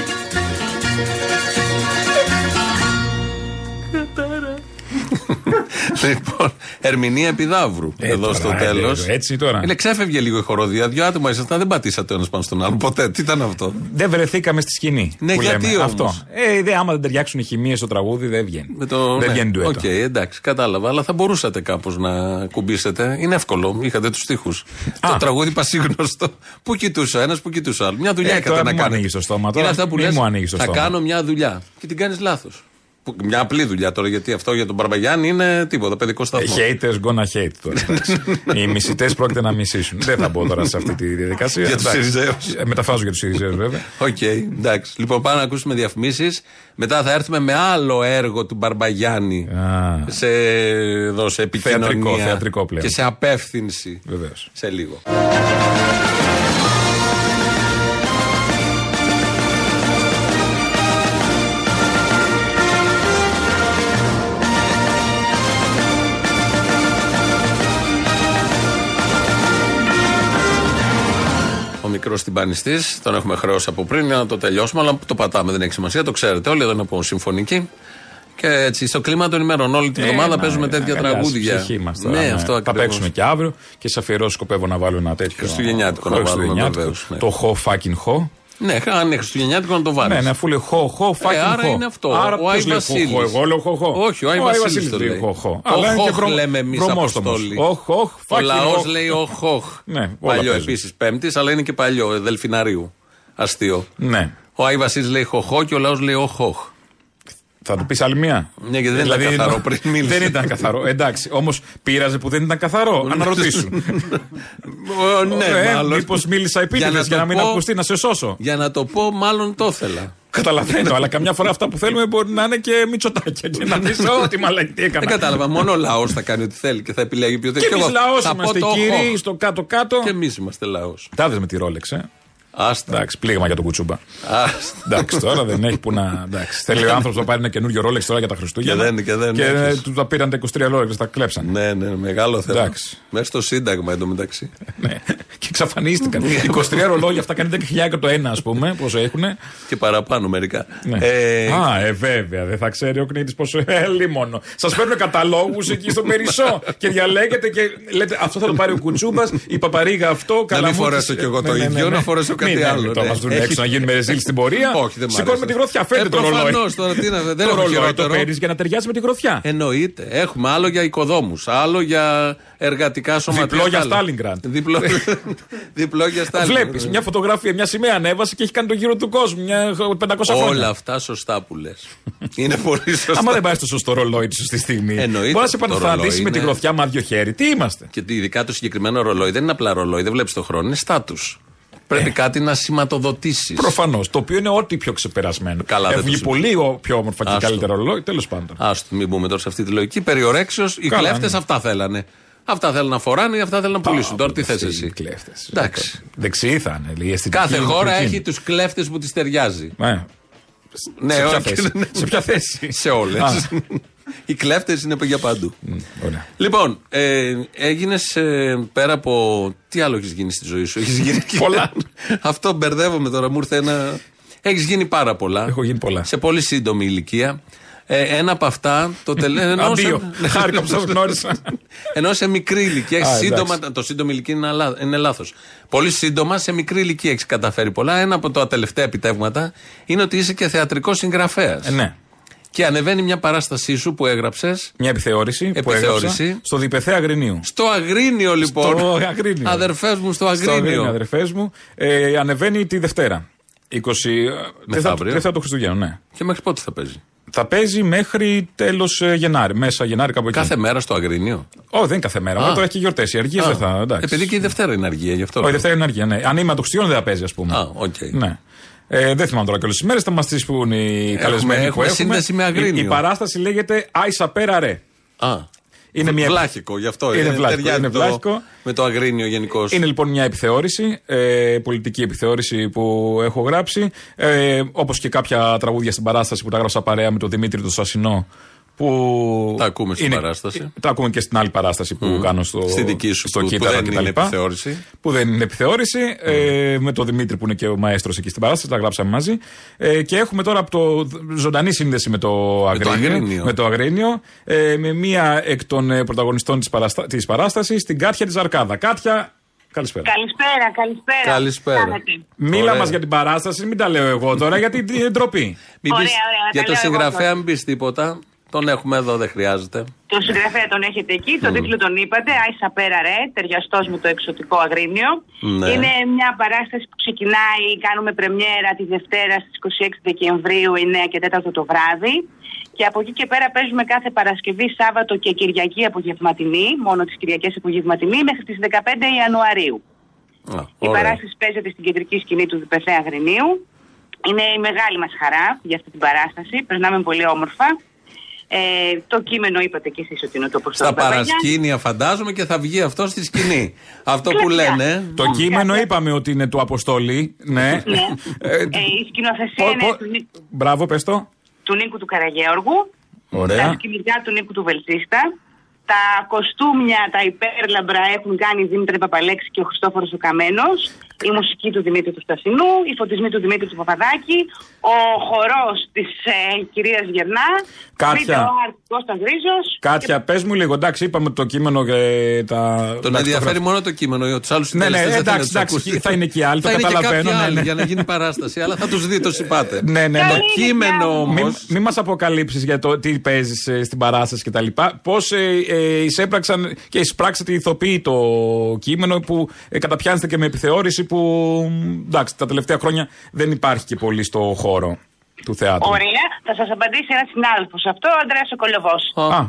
C: λοιπόν, ερμηνεία επιδαύρου εδώ
D: τώρα,
C: στο
D: ε,
C: τέλος.
D: ε, έτσι τώρα.
C: Είναι ξέφευγε λίγο η χοροδία. Δύο άτομα ήσασταν, δεν πατήσατε ένας πάνω στον άλλο. Ποτέ. Τι ήταν αυτό.
D: Δεν βρεθήκαμε στη σκηνή.
C: Ναι,
D: που
C: γιατί
D: λέμε.
C: όμως?
D: Αυτό. Ε, δε, άμα δεν ταιριάξουν οι χημίες στο τραγούδι, δεν βγαίνει.
C: Με το, ναι,
D: δεν βγαίνει ντουέτο.
C: Οκ, εντάξει, κατάλαβα. Αλλά θα μπορούσατε κάπως να κουμπίσετε. Είναι εύκολο. Είχατε τους τοίχου. το τραγούδι πασίγνωστο. Πού κοιτούσε ο ένας, πού κοιτούσε ο άλλος. Μια δουλειά
D: Ε,
C: είχατε
D: τώρα
C: να
D: μη μου
C: κάνετε.
D: ανοίγεις το στόμα
C: Είναι
D: τώρα.
C: αυτά που
D: Μη
C: λες,
D: μου ανοίγεις το
C: Θα
D: στόμα.
C: κάνω μια δουλειά και την κάνεις λάθος. Μια απλή δουλειά τώρα, γιατί αυτό για τον Μπαρμπαγιάννη είναι τίποτα, παιδικό
D: Ε,
C: σταθμό.
D: Haters gonna hate
C: Ναι.
D: τώρα. εντάξει. οι μισητές πρόκειται να μισήσουν. δεν θα μπω τώρα σε αυτή τη διαδικασία.
C: Για τους
D: Εντάξει.
C: Σιριζέους.
D: Ε, Μεταφράζω για τους Σιριζέους, βέβαια.
C: Οκ, εντάξει. Λοιπόν, πάμε να ακούσουμε διαφημίσεις. Μετά θα έρθουμε με άλλο έργο του Μπαρμπαγιάννη.
D: Α.
C: Σε, εδώ, σε επικοινωνία.
D: Θεατρικό, θεατρικό πλέον.
C: Και σε απεύθυνση.
D: Βεβαίως.
C: Σε λίγο. τυμπανιστή, τον έχουμε χρέο από πριν για να το τελειώσουμε, αλλά το πατάμε, δεν έχει σημασία, το ξέρετε όλοι, εδώ είναι από συμφωνική. Και έτσι, στο κλίμα των ημερών, όλη την
D: Ε,
C: εβδομάδα
D: μα,
C: παίζουμε
D: ε,
C: τέτοια
D: αγκαλιάζει η
C: τραγούδια.
D: ψυχή μας τώρα,
C: ναι,
D: ναι.
C: αυτό
D: Θα
C: ακριβώς.
D: παίξουμε και αύριο και σε αφιερώσει σκοπεύω να βάλω ένα τέτοιο.
C: Χριστουγεννιάτικο να βάλουμε,
D: Χριστουγεννιάτικο.
C: βεβαίως, ναι.
D: Το χω fucking χω.
C: Ναι, αν είναι Χριστουγεννιάτικο να το βάλεις.
D: Ναι, ναι, αφού λέει χω, χω, fucking
C: ε, άρα
D: χω.
C: είναι αυτό.
D: Άρα
C: ο Άι
D: ποιος λέει χω,
C: Βασίλης.
D: χω, εγώ λέω χω, χω.
C: Όχι, ο Άι
D: Ο Άι
C: Βασίλης
D: Βασίλης
C: το
D: λέει
C: λέει.
D: χω, χω.
C: Ο
D: Αλλά είναι και
C: Χοχ
D: βρωμ-
C: λέμε εμείς
D: βρωμόστομος. Οχ, οχ,
C: Ο
D: fucking
C: λαός
D: οχ.
C: λέει οχ, οχ.
D: Ναι, όλα
C: παλιό
D: παίζουν.
C: επίσης Πέμπτης, αλλά είναι και παλιό, Δελφιναρίου. Αστείο.
D: Ναι.
C: Ο Άι Βασίλης λέει χοχό και ο λαός λέει οχ.
D: Θα του πεις άλλη μία. Δηλαδή,
C: Ναι, γιατί δεν ήταν καθαρό πριν μίλησες.
D: Δεν ήταν καθαρό. Εντάξει, όμως πείραζε που δεν ήταν καθαρό. Αναρωτήσουν.
C: Ε, ναι, μάλλον.
D: Μήπως μίλησα επίτηδες για,
C: το
D: να μην
C: πω-
D: ακουστεί, να σε σώσω.
C: Για να το πω, μάλλον το ήθελα.
D: Καταλαβαίνω, αλλά καμιά φορά αυτά που θέλουμε μπορεί να είναι και μυτσοτάκια. Και να πει ό,τι μαλακή τι έκανα.
C: Δεν κατάλαβα. Μόνο ο λαός θα κάνει ό,τι θέλει Ε, και θα επιλέγει ποιος
D: Και εμεί λαό είμαστε, κύριοι,
C: κύριοι.
D: στο κάτω-κάτω.
C: Και εμείς είμαστε λαός.
D: Τάδε με τη ρόλεξ, ε.
C: Άστα.
D: Εντάξει, πλήγμα για τον κουτσούμπα. Εντάξει, τώρα δεν έχει που να. Εντάξει, θέλει ο άνθρωπος να πάρει ένα καινούριο ρόλεξ τώρα για τα Χριστούγεννα.
C: Και δεν- και δεν
D: ε,
C: έχεις.
D: του τα πήραν τα 23 ρόλεξ, τα κλέψαν.
C: Ναι, ναι, μεγάλο θέμα.
D: Εντάξει.
C: Μέσα στο Σύνταγμα εντωμεταξύ.
D: Ναι. Και εξαφανίστηκαν. 23 ρολόγια, αυτά κάνει 10.000 το ένα, ας πούμε, πόσο έχουν.
C: Και παραπάνω μερικά.
D: Ναι.
C: Ε,
D: Α, ε, βέβαια, δεν θα ξέρει ο Κνήτη πόσο. Ε, λίμωνο. Σα παίρνουν καταλόγους εκεί στο Περισσό και διαλέγετε και λέτε αυτό θα το πάρει ο Κουτσούμπας, η παπαρίγα αυτό.
C: να μην
D: καλαμούκης».
C: φορέσω κι εγώ το ίδιο, να φορέσω κάτι
D: Μην, ναι,
C: άλλο.
D: μην Το
C: ναι.
D: μας δουν
C: Έχει-
D: έξω να γίνουμε ρεζίλ στην πορεία.
C: Όχι, δεν μ'
D: Σηκώνουμε
C: άρεσε.
D: τη γροθιά,
C: Ε,
D: φέρνει το ρολόι.
C: προφανώς, τώρα τι να- δεν
D: Το
C: έχω
D: ρολόι το
C: χειρότερο. Ε,
D: παίρνεις για να ταιριάζει με τη γροθιά.
C: Εννοείται. Έχουμε άλλο για οικοδόμους, άλλο για εργατικά σωματεία.
D: Διπλό για
C: άλλο.
D: Στάλινγκραντ.
C: Διπλό, διπλό για Στάλινγκραντ.
D: Βλέπεις μια φωτογραφία, μια σημαία ανέβασε και έχει κάνει τον γύρο του κόσμου. Μια 500
C: Όλα
D: χρόνια.
C: αυτά σωστά που λες. Είναι πολύ σωστά.
D: Άμα δεν πάει στο σωστό ρολόι τη σωστή στιγμή,
C: Εννοείται,
D: μπορείς να σε
C: το
D: επανθραντήσει
C: ρολόι
D: με τη
C: είναι-
D: γροθιά με άδειο χέρι. Τι είμαστε.
C: Και ειδικά το συγκεκριμένο ρολόι δεν είναι απλά ρολόι, δεν βλέπεις το χρόνο, είναι στάτους.
D: Ε.
C: Πρέπει κάτι να σηματοδοτήσεις.
D: Προφανώς. Το οποίο είναι ό,τι πιο ξεπερασμένο.
C: Καλά,
D: Έχουν
C: δεν το
D: βγει πολύ ο- πιο όμορφα και
C: Άστο.
D: καλύτερα ρολόι, τέλος πάντων.
C: Α το μην μπούμε τώρα σε αυτή τη λογική. Περιορέξεως, οι
D: Καλά,
C: κλέφτες
D: ναι.
C: αυτά θέλανε. Αυτά θέλουν να φοράνε ή αυτά θέλουν να πουλήσουν. Τώρα τι θε
D: αυτοί
C: εσύ.
D: οι κλέφτες.
C: Εντάξει.
D: Δεξιοί θα είναι. λέει, η αισθητική
C: Κάθε
D: είναι
C: χώρα
D: εκείνη.
C: έχει τους κλέφτες που τη ταιριάζει.
D: Ε,
C: Ναι,
D: σε, ποια
C: όχι,
D: θέση.
C: ναι.
D: σε ποια θέση.
C: Σε όλες.
D: Α.
C: Οι κλέφτες είναι για παντού.
D: Ωραία.
C: Λοιπόν, ε, έγινες πέρα από. Τι άλλο έχεις γίνει στη ζωή σου, Έχεις γίνει.
D: Πολλά.
C: Αυτό μπερδεύομαι τώρα, μου ήρθε ένα. Έχεις γίνει πάρα πολλά.
D: Έχω γίνει πολλά.
C: Σε πολύ σύντομη ηλικία. Ε, ένα από αυτά το τελευταίο.
D: Αντίο. Χάρηκα που σας γνώρισα.
C: Ενώ σε μικρή ηλικία
D: Α,
C: έχει
D: εντάξει.
C: σύντομα. Το σύντομη ηλικία είναι, αλά- είναι λάθος. Πολύ σύντομα σε μικρή ηλικία έχεις καταφέρει πολλά. Ένα από τα τελευταία επιτεύγματα είναι ότι είσαι και θεατρικός συγγραφέας.
D: Ε, ναι.
C: Και ανεβαίνει μια παράστασή σου που έγραψες.
D: Μια επιθεώρηση, που
C: Επιθεώρηση.
D: έγραψα στο διπεθέ Αγρινίου.
C: Στο Αγρίνιο λοιπόν.
D: Στο Αγρίνιο.
C: Αδερφές μου, στο Αγρίνιο.
D: Στο Αγρίνιο, αδερφές μου. Ε, ανεβαίνει τη Δευτέρα. ε, 20. Δευτέρα του-
C: Μεθαύριο.
D: Δευτέρα του Χριστουγέννου, ναι.
C: Και μέχρι πότε θα παίζει.
D: Θα παίζει μέχρι τέλος Γενάρη, μέσα Γενάρη κάπου εκεί.
C: Κάθε μέρα στο Αγρίνιο.
D: Όχι, δεν είναι κάθε μέρα.
C: Α.
D: Αλλά τώρα έχει και γιορτές. Οι αργίες
C: Α,
D: δεν θα. Εντάξει.
C: Επειδή και η Δευτέρα είναι αργία, γι' αυτό.
D: Όχι,
C: λέω.
D: Δευτέρα είναι αργία, ναι. Αν είμαι το Χριστιανό δεν θα παίζει, ας πούμε.
C: Α, οκ.
D: Ναι. Ε, δεν θυμάμαι τώρα και όλε τις μέρες. Θα μας τις πούν οι καλεσμένοι
C: έχουμε
D: που έχουμε.
C: σύνδεση με Αγρίνιο.
D: Η, η παράσταση λέγεται Άισα Πέρα Ρε.
C: Α.
D: Είναι μια-
C: Βλάχικο, γι' αυτό
D: Είναι βλάχικο,
C: ταιριάζει
D: είναι
C: το-
D: βλάχικο.
C: Με το Αγρίνιο γενικώς.
D: Είναι λοιπόν μια επιθεώρηση, ε, πολιτική επιθεώρηση που έχω γράψει. Ε, Όπως και κάποια τραγούδια στην παράσταση που τα γράψα παρέα με τον Δημήτρη του Σασινό. Που
C: Τα ακούμε στην παράσταση.
D: Τα ακούμε και στην άλλη παράσταση που κάνω στο,
C: Στη δική σου
D: στο
C: που- που
D: κύτταρο
C: δεν
D: και τα
C: είναι
D: λοιπά.
C: επιθεώρηση.
D: Που δεν είναι επιθεώρηση. Ε, με τον Δημήτρη που είναι και ο μαέστρος εκεί στην παράσταση, τα γράψαμε μαζί. Ε, και έχουμε τώρα από το ζωντανή σύνδεση με το
C: το Αγρίνιο.
D: Αγρίνιο. Με το Αγρίνιο. Ε, με μία εκ των ε, πρωταγωνιστών της παραστα... της παράστασης, την Κάτια της Ζαρκάδα. Κάτια, καλησπέρα.
L: Καλησπέρα, καλησπέρα.
C: Καλησπέρα.
L: Κάνετε.
D: Μίλα
C: Ωραία.
D: μας για την παράσταση, μην τα λέω εγώ τώρα, γιατί είναι ντροπή.
C: Μην
L: Ωραία,
C: πεις-
L: ωραία, τα
C: για το
L: λέω εγώ
C: συγγραφέα,
L: τώρα.
C: μην πεις τίποτα. Τον έχουμε εδώ, δεν χρειάζεται.
L: Το συγγραφέα τον έχετε εκεί, τον τίτλο τον είπατε, Άισα Πέρα Ρε, ταιριαστός με το εξωτικό αγρίνιο.
C: Ναι.
L: Είναι μια παράσταση που ξεκινάει, κάνουμε πρεμιέρα τη Δευτέρα στις 26 Δεκεμβρίου, 9 και 4 το βράδυ. Και από εκεί και πέρα παίζουμε κάθε Παρασκευή, Σάββατο και Κυριακή απογευματινή, μόνο τις Κυριακές απογευματινή, μέχρι τις 15 Ιανουαρίου.
C: Α,
L: Η
C: ωραία.
L: παράσταση παίζεται στην κεντρική σκηνή του Διπεθέα Αγρινίου. Είναι η μεγάλη μας χαρά για αυτή την παράσταση. Περνάμε πολύ όμορφα. Ε, το κείμενο είπατε και εσείς ότι είναι το
C: Στα
L: ποστό
C: παρασκήνια φαντάζομαι και θα βγει αυτό στη σκηνή. αυτό που
L: Κλασικά.
C: λένε.
D: Το κείμενο είπαμε ότι είναι του Αποστόλη. Ναι.
L: Ναι.
D: Ε,
L: Ε, η σκηνοθεσία
D: πο-
L: είναι
D: πο-
L: του, Νί-
D: Μπράβο, πες το.
L: του Νίκου του Καραγέωργου.
C: Ε.
D: Ωραία.
L: Τα σκηνικά του Νίκου του Βελτίστα. Τα κοστούμια, τα υπέρλαμπρα έχουν κάνει η Δήμητρα Παπαλέξη και ο Χριστόφορος ο Καμένος. Η μουσική του Δημήτρη του Στασινού, η φωτισμή του Δημήτρη του Παπαδάκη, ο χορός της ε, κυρίας Γερνά,
D: Κάποια.
L: βίντεο art Κώστας Ρίζος.
D: Κάτια, πες μου λίγο. Εντάξει, είπαμε το κείμενο. Ε, τα...
C: Τον ενδιαφέρει μόνο το κείμενο. Τους άλλους
D: Ναι, ναι, εντάξει, εντάξει, θα είναι και οι άλλοι. Το
C: Θα είναι και
D: καταλαβαίνω.
C: κάποιοι
D: ναι,
C: άλλοι
D: ναι.
C: για να γίνει παράσταση, αλλά θα τους δει, το συμπάτε.
D: Ναι, ναι, ναι.
C: Το κείμενο όμω.
D: Μην, μην μας αποκαλύψεις για το τι παίζεις στην παράσταση κτλ. Πώς ε, ε, εισέπραξαν και εισπράξατε οι ηθοποιοί το κείμενο που ε, καταπιάνεστε και με επιθεώρηση που μ, εντάξει, τα τελευταία χρόνια δεν υπάρχει και πολύ στο χώρο του θεάτρου.
L: Ωραία, θα σας απαντήσει ένας συνάδελφος αυτό, ο Ανδρέας ο Κολοβός.
D: Α,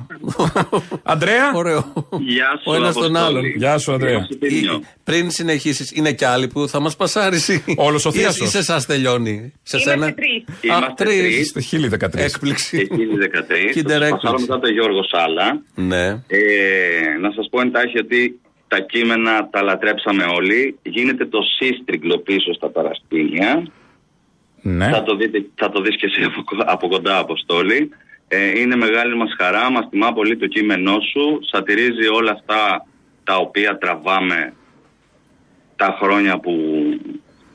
D: Αντρέα. Ωραίο.
C: Γεια
D: σου,
C: Ο ένας τον
D: Αποστόλη.
C: άλλον.
D: Γεια σου, Ανδρέα.
C: Ή- Πριν συνεχίσεις, είναι κι άλλοι που θα μας πασάρει.
D: Όλος ο
C: Ή
D: θείασος.
C: Ή σε εσάς τελειώνει. Σε σένα. Α, τρεις.
D: Στο 1013.
C: Έκπληξη.
M: 2013.
C: Kinder
M: Θα σας πάρω
C: έκπληξη.
M: μετά τον Γιώργο Σάλα.
C: Ναι.
M: Ε, να σας πω εντάχει ότι τα κείμενα τα λατρέψαμε όλοι. Γίνεται το σύστριγκλο πίσω στα παρασκήνια.
C: Ε?
D: Ναι.
M: Θα, το δείτε, θα το δεις και εσύ από, κο- από κοντά, Αποστόλη. Ε, είναι μεγάλη μας χαρά, μας τιμά πολύ το κείμενό σου. Σατυρίζει όλα αυτά τα οποία τραβάμε τα χρόνια που,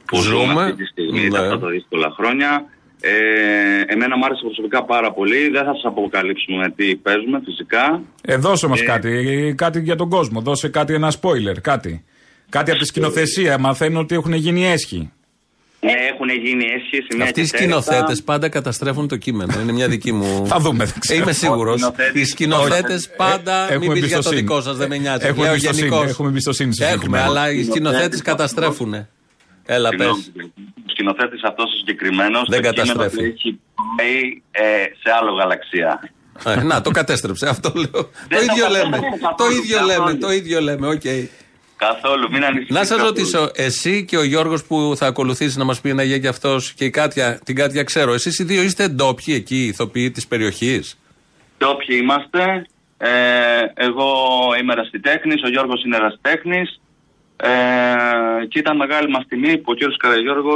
M: που ζούμε.
C: Ζούμε. Ναι.
M: αυτή τη στιγμή, τα- αυτά τα δύσκολα χρόνια. Ε, εμένα μου άρεσε προσωπικά πάρα πολύ. Δεν θα σας αποκαλύψουμε τι παίζουμε φυσικά.
D: Ε, δώσε μας κάτι, κάτι για τον κόσμο. Δώσε κάτι, ένα spoiler, κάτι. Κάτι από τη σκηνοθεσία. Μαθαίνω ότι έχουν γίνει έσχοι.
M: Ε, έχουν γίνει έσχες σε μια
C: Αυτοί οι
M: και τέταρτα.
C: σκηνοθέτες πάντα καταστρέφουν το κείμενο. Είναι μια δική μου. Ε,
D: Θα δούμε, δεν ξέρω.
C: Είμαι σίγουρος.
D: Ο σκηνοθέτης-
C: Οι σκηνοθέτες
D: Ε,
C: πάντα.
D: έχουμε
C: μην πεις για το
D: εμπιστοσύνη. Ε,
C: δικό σας, δεν με νοιάζει.
D: Έχουμε
C: Λέω
D: εμπιστοσύνη,
C: γενικώς.
D: έχουμε εμπιστοσύνη στο
C: Έχουμε,
D: συγκεκριμένο.
C: αλλά οι σκηνοθέτε καταστρέφουν. Έλα, πε.
M: Ο σκηνοθέτης αυτός ο συγκεκριμένος
C: Δεν καταστρέφει.
M: Έχει πάει ε, σε άλλο γαλαξία.
C: Ε, Να, το κατέστρεψε. Αυτό λέω. Το
M: Δεν το
C: ίδιο λέμε.
M: κατέστρεψε καθόλου,
C: Το ίδιο
M: καθόλου.
C: λέμε. Το ίδιο λέμε. Οκ.
M: Καθόλου, μην ανησυχείτε.
C: Να σας
M: καθόλου.
C: ρωτήσω, εσύ και ο Γιώργος που θα ακολουθήσει να μας πει ένα γεια και αυτός και η Κάτια, την Κάτια ξέρω, εσείς οι δύο είστε ντόπιοι εκεί, ηθοποιοί της περιοχής.
M: Ντόπιοι είμαστε. Ε, εγώ είμαι ερασιτέχνης, ο Γιώργος είναι ερασιτέχνης. Ε, και ήταν μεγάλη μας τιμή που ο κύριος Καραγιώργος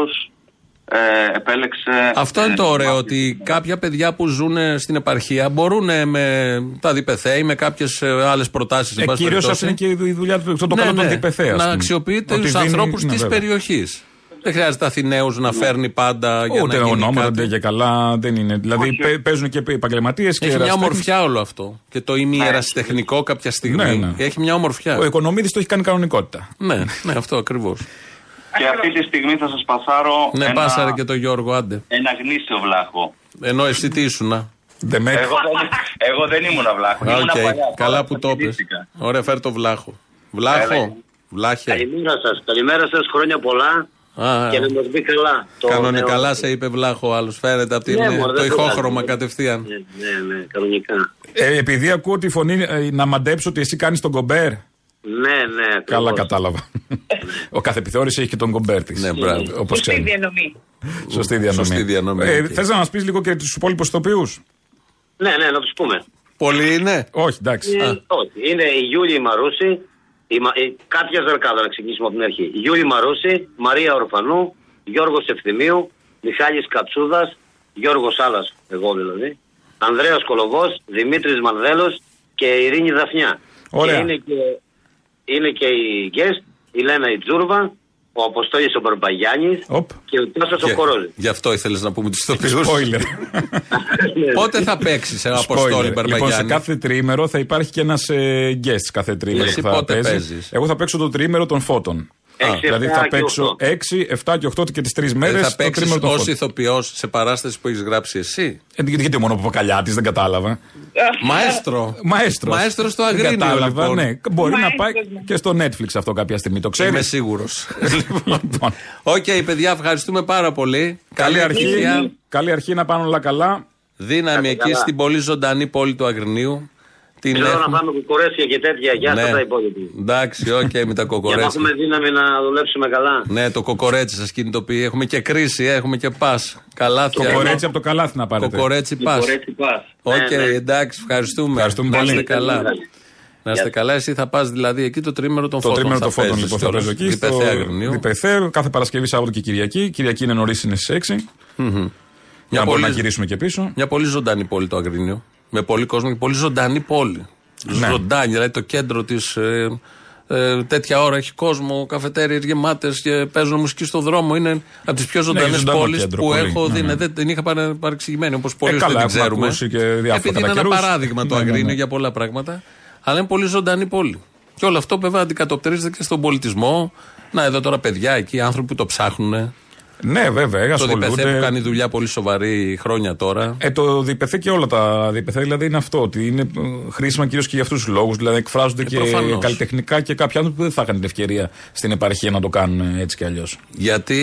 M: ε, επέλεξε. ε,
C: Αυτό είναι το ωραίο, ότι κάποια παιδιά που ζουν ε, στην επαρχία μπορούν ε, με τα διπεθέ ή με κάποιες άλλες προτάσεις.
D: Ε, Κυρίω αυτή είναι και η δου- η δουλειά του. Αυτό το
C: Ναι,
D: κάνω τον
C: ναι.
D: διπεθέα.
C: Να αξιοποιείτε του ανθρώπους
D: Ναι,
C: της περιοχής. Δεν χρειάζεται Αθηναίου να φέρνει πάντα για
D: Ούτε
C: να γίνει
D: ονόματα,
C: κάτι.
D: ούτε και καλά δεν είναι. Δηλαδή παι- παίζουν και επαγγελματίες
C: Έχει
D: και.
C: μια
D: ερασιτέχνες.
C: ομορφιά όλο αυτό. Και το ημιερασιτεχνικό κάποια στιγμή
D: Ναι, ναι.
C: έχει μια ομορφιά.
D: Ο Οικονομίδης το έχει κάνει κανονικότητα.
C: Ναι, ναι, αυτό ακριβώς.
M: Και αυτή τη στιγμή θα σας πασάρω.
C: Ναι,
M: ένα,
C: πάσαρε και το Γιώργο, άντε.
M: ένα γνήσιο βλάχο.
C: Ενώ εσύ τι ήσουνα.
M: Εγώ, δεν, εγώ δεν ήμουν βλάχο.
C: Α,
M: Ήμουν
C: οκ.
M: παλιά.
C: Καλά που το πες. Ωραία, φέρ το βλάχο.
N: Έλα.
C: Βλάχο. Βλάχε.
N: Καλημέρα σας. Καλημέρα σας. Χρόνια πολλά.
C: Α,
N: και να μας μπει καλά. Το νέο-
C: Κανονικά σε είπε βλάχο άλλο. Φαίνεται από την- ε,
N: Ναι, μωρέ,
C: το
N: δεν
C: ηχόχρωμα
N: πειράζει.
C: κατευθείαν.
N: Ναι, ναι, κανονικά.
D: Ε, επειδή ακούω τη φωνή ε, να μαντέψω ότι εσύ κάνεις τον κομπέρ.
N: Ναι, ναι.
C: Λοιπόν.
D: Καλά κατάλαβα. Ο κάθε επιθεώρηση έχει και τον κομπέρ της. Ναι,
C: μπράβο.
D: Όπως ξέρει.
L: διανομή.
D: Σωστή διανομή.
C: Σωστή διανομή,
D: Ε,
C: οκ.
D: Θες να μας πεις λίγο και τους υπόλοιπους ηθοποιούς.
N: Ναι, ναι, να τους πούμε.
C: Πολλοί είναι.
D: Όχι, εντάξει.
N: Ε, όχι. Είναι η Γιούλη Μαρούση. Η, Μα- η, κάποια ζαρκάδα να ξεκινήσουμε από την αρχή. Η Γιούλη Μαρούση, Μαρία Ορφανού, Γιώργος Ευθυμίου, Μιχάλης Κατσούδας, Γιώργος Άλλας, εγώ δηλαδή, Ανδρέας Κολοβός, Δημήτρης Μανδέλος και η Ειρήνη Δαφνιά.
D: Ωραία.
N: Και είναι, και, είναι και η guest, η Λένα η Τζούρβα, ο Αποστόλης ο Μπαρμπαγιάννης και ο Τάσος ο Κορόλης.
C: Γι' αυτό ήθελες να πούμε τους ηθοποιού.
D: Spoiler.
C: Πότε θα παίξεις,
D: Spoiler.
C: Αποστόλη
D: Λοιπόν, σε
C: Μπαρμπαγιάννη.
D: κάθε τρίμερο θα υπάρχει και ένας ε, guest κάθε τρίμερο.
C: Εσύ
D: που θα
C: πότε
D: παίζει.
C: παίζεις?
D: Εγώ θα παίξω το τρίμερο των φώτων.
C: Έξι,
D: δηλαδή
C: εφτά
D: θα
C: και
D: παίξω 6, 7 και 8 και τις τρεις μέρε
C: Ε, θα
D: το
C: παίξεις
D: τρίμερο των
C: ω
D: φώτων.
C: ηθοποιός σε παράσταση που έχεις γράψει εσύ.
D: Ε, γιατί- γιατί μόνο που τη δεν κατάλαβα.
C: Μαέστρο.
D: Μαέστρος.
C: Μαέστρος στο
D: Δεν
C: Αγρίνιο.
D: Κατάλαβα,
C: λοιπόν.
D: ναι. Μπορεί να πάει και στο Netflix αυτό κάποια στιγμή. Το ξέρεις.
C: Είμαι σίγουρος.
D: Λοιπόν,
C: Οκ, παιδιά, ευχαριστούμε πάρα πολύ. Καλή
D: Καλή αρχή.
C: επιτυχία.
D: Καλή αρχή να πάνε όλα καλά.
C: Δύναμη
N: Καλά.
C: εκεί στην πολύ ζωντανή πόλη του Αγρινίου. Την
N: Θέλω να
C: έχουμε.
N: πάμε κουκουρέσια και τέτοια. Γεια
C: Ναι.
N: σας τα υπόλοιπα.
C: Εντάξει, οκ, με τα
N: Για να
C: κοκορέτσι.
N: έχουμε δύναμη να δουλέψουμε καλά.
C: Ναι, το κοκορέτσι σας κινητοποιεί. Έχουμε και κρίση, ε, έχουμε και πας. Καλάθια.
D: Κοκορέτσι από το καλάθι να πάρετε.
C: Κοκορέτσι πα. Οκ,
D: Ναι, ναι.
C: εντάξει, ευχαριστούμε.
D: Ευχαριστούμε
C: να είστε
D: πολύ.
C: καλά.
D: Ευχαριστούμε.
C: Να είστε καλά, εσύ θα πας δηλαδή εκεί το τρίμερο των
D: Το
C: φώτων.
D: τρίμερο των φώτων
C: παίζεις
D: λοιπόν θα
C: τώρα,
D: παίζω εκεί.
C: στην
D: στο
C: Πεθέα Αγρινίου.
D: Διπεθέ, κάθε Παρασκευή, Σάββατο και Κυριακή. Κυριακή είναι νωρίς, είναι στις 6.
C: Μμμ.
D: Για να μπορούμε
C: πολύ-
D: να γυρίσουμε και πίσω.
C: Μια πολύ ζωντανή πόλη το Αγρίνιο. Με πολύ κόσμο και πολύ ζωντανή πόλη.
D: Ναι.
C: Ζωντάνι, δηλαδή το κέντρο της. Ε, ε, τέτοια ώρα έχει κόσμο, καφετέρειες γεμάτες και παίζουν μουσική στο δρόμο. Είναι από τις πιο ζωντανέ
D: Ναι, ζωντανό
C: πόλεις
D: κέντρο,
C: που
D: πολύ.
C: έχω
D: Ναι,
C: δει.
D: ναι.
C: Ναι, δεν την είχα παρα- παρεξηγημένη όπως πολλοί
D: Ε,
C: δεν
D: καλά,
C: την
D: έχουμε
C: ξέρουμε.
D: ακούσει και διάφορα
C: Επειδή
D: κατά
C: είναι ένα
D: καιρούς.
C: παράδειγμα το
D: Ναι, ναι,
C: Αγρίνιο
D: ναι.
C: για πολλά πράγματα. Αλλά είναι πολύ ζωντανή πόλη. Και όλο αυτό βέβαια αντικατοπτρίζεται και στον πολιτισμό. Να, εδώ τώρα παιδιά εκεί, άνθρωποι που το ψάχνουν.
D: Ναι, βέβαια,
C: Το
D: ασχολούνται.
C: Διπεθέ που κάνει δουλειά πολύ σοβαρή χρόνια τώρα.
D: Ε, το διπεθέ και όλα τα διπεθέ δηλαδή είναι αυτό. Ότι είναι ε, χρήσιμα κυρίως και για αυτούς τους λόγους. Δηλαδή εκφράζονται και
C: Ε, προφανώς.
D: καλλιτεχνικά και κάποιοι άνθρωποι που δεν θα είχαν την ευκαιρία στην επαρχία να το κάνουν ε, έτσι κι αλλιώς.
C: Γιατί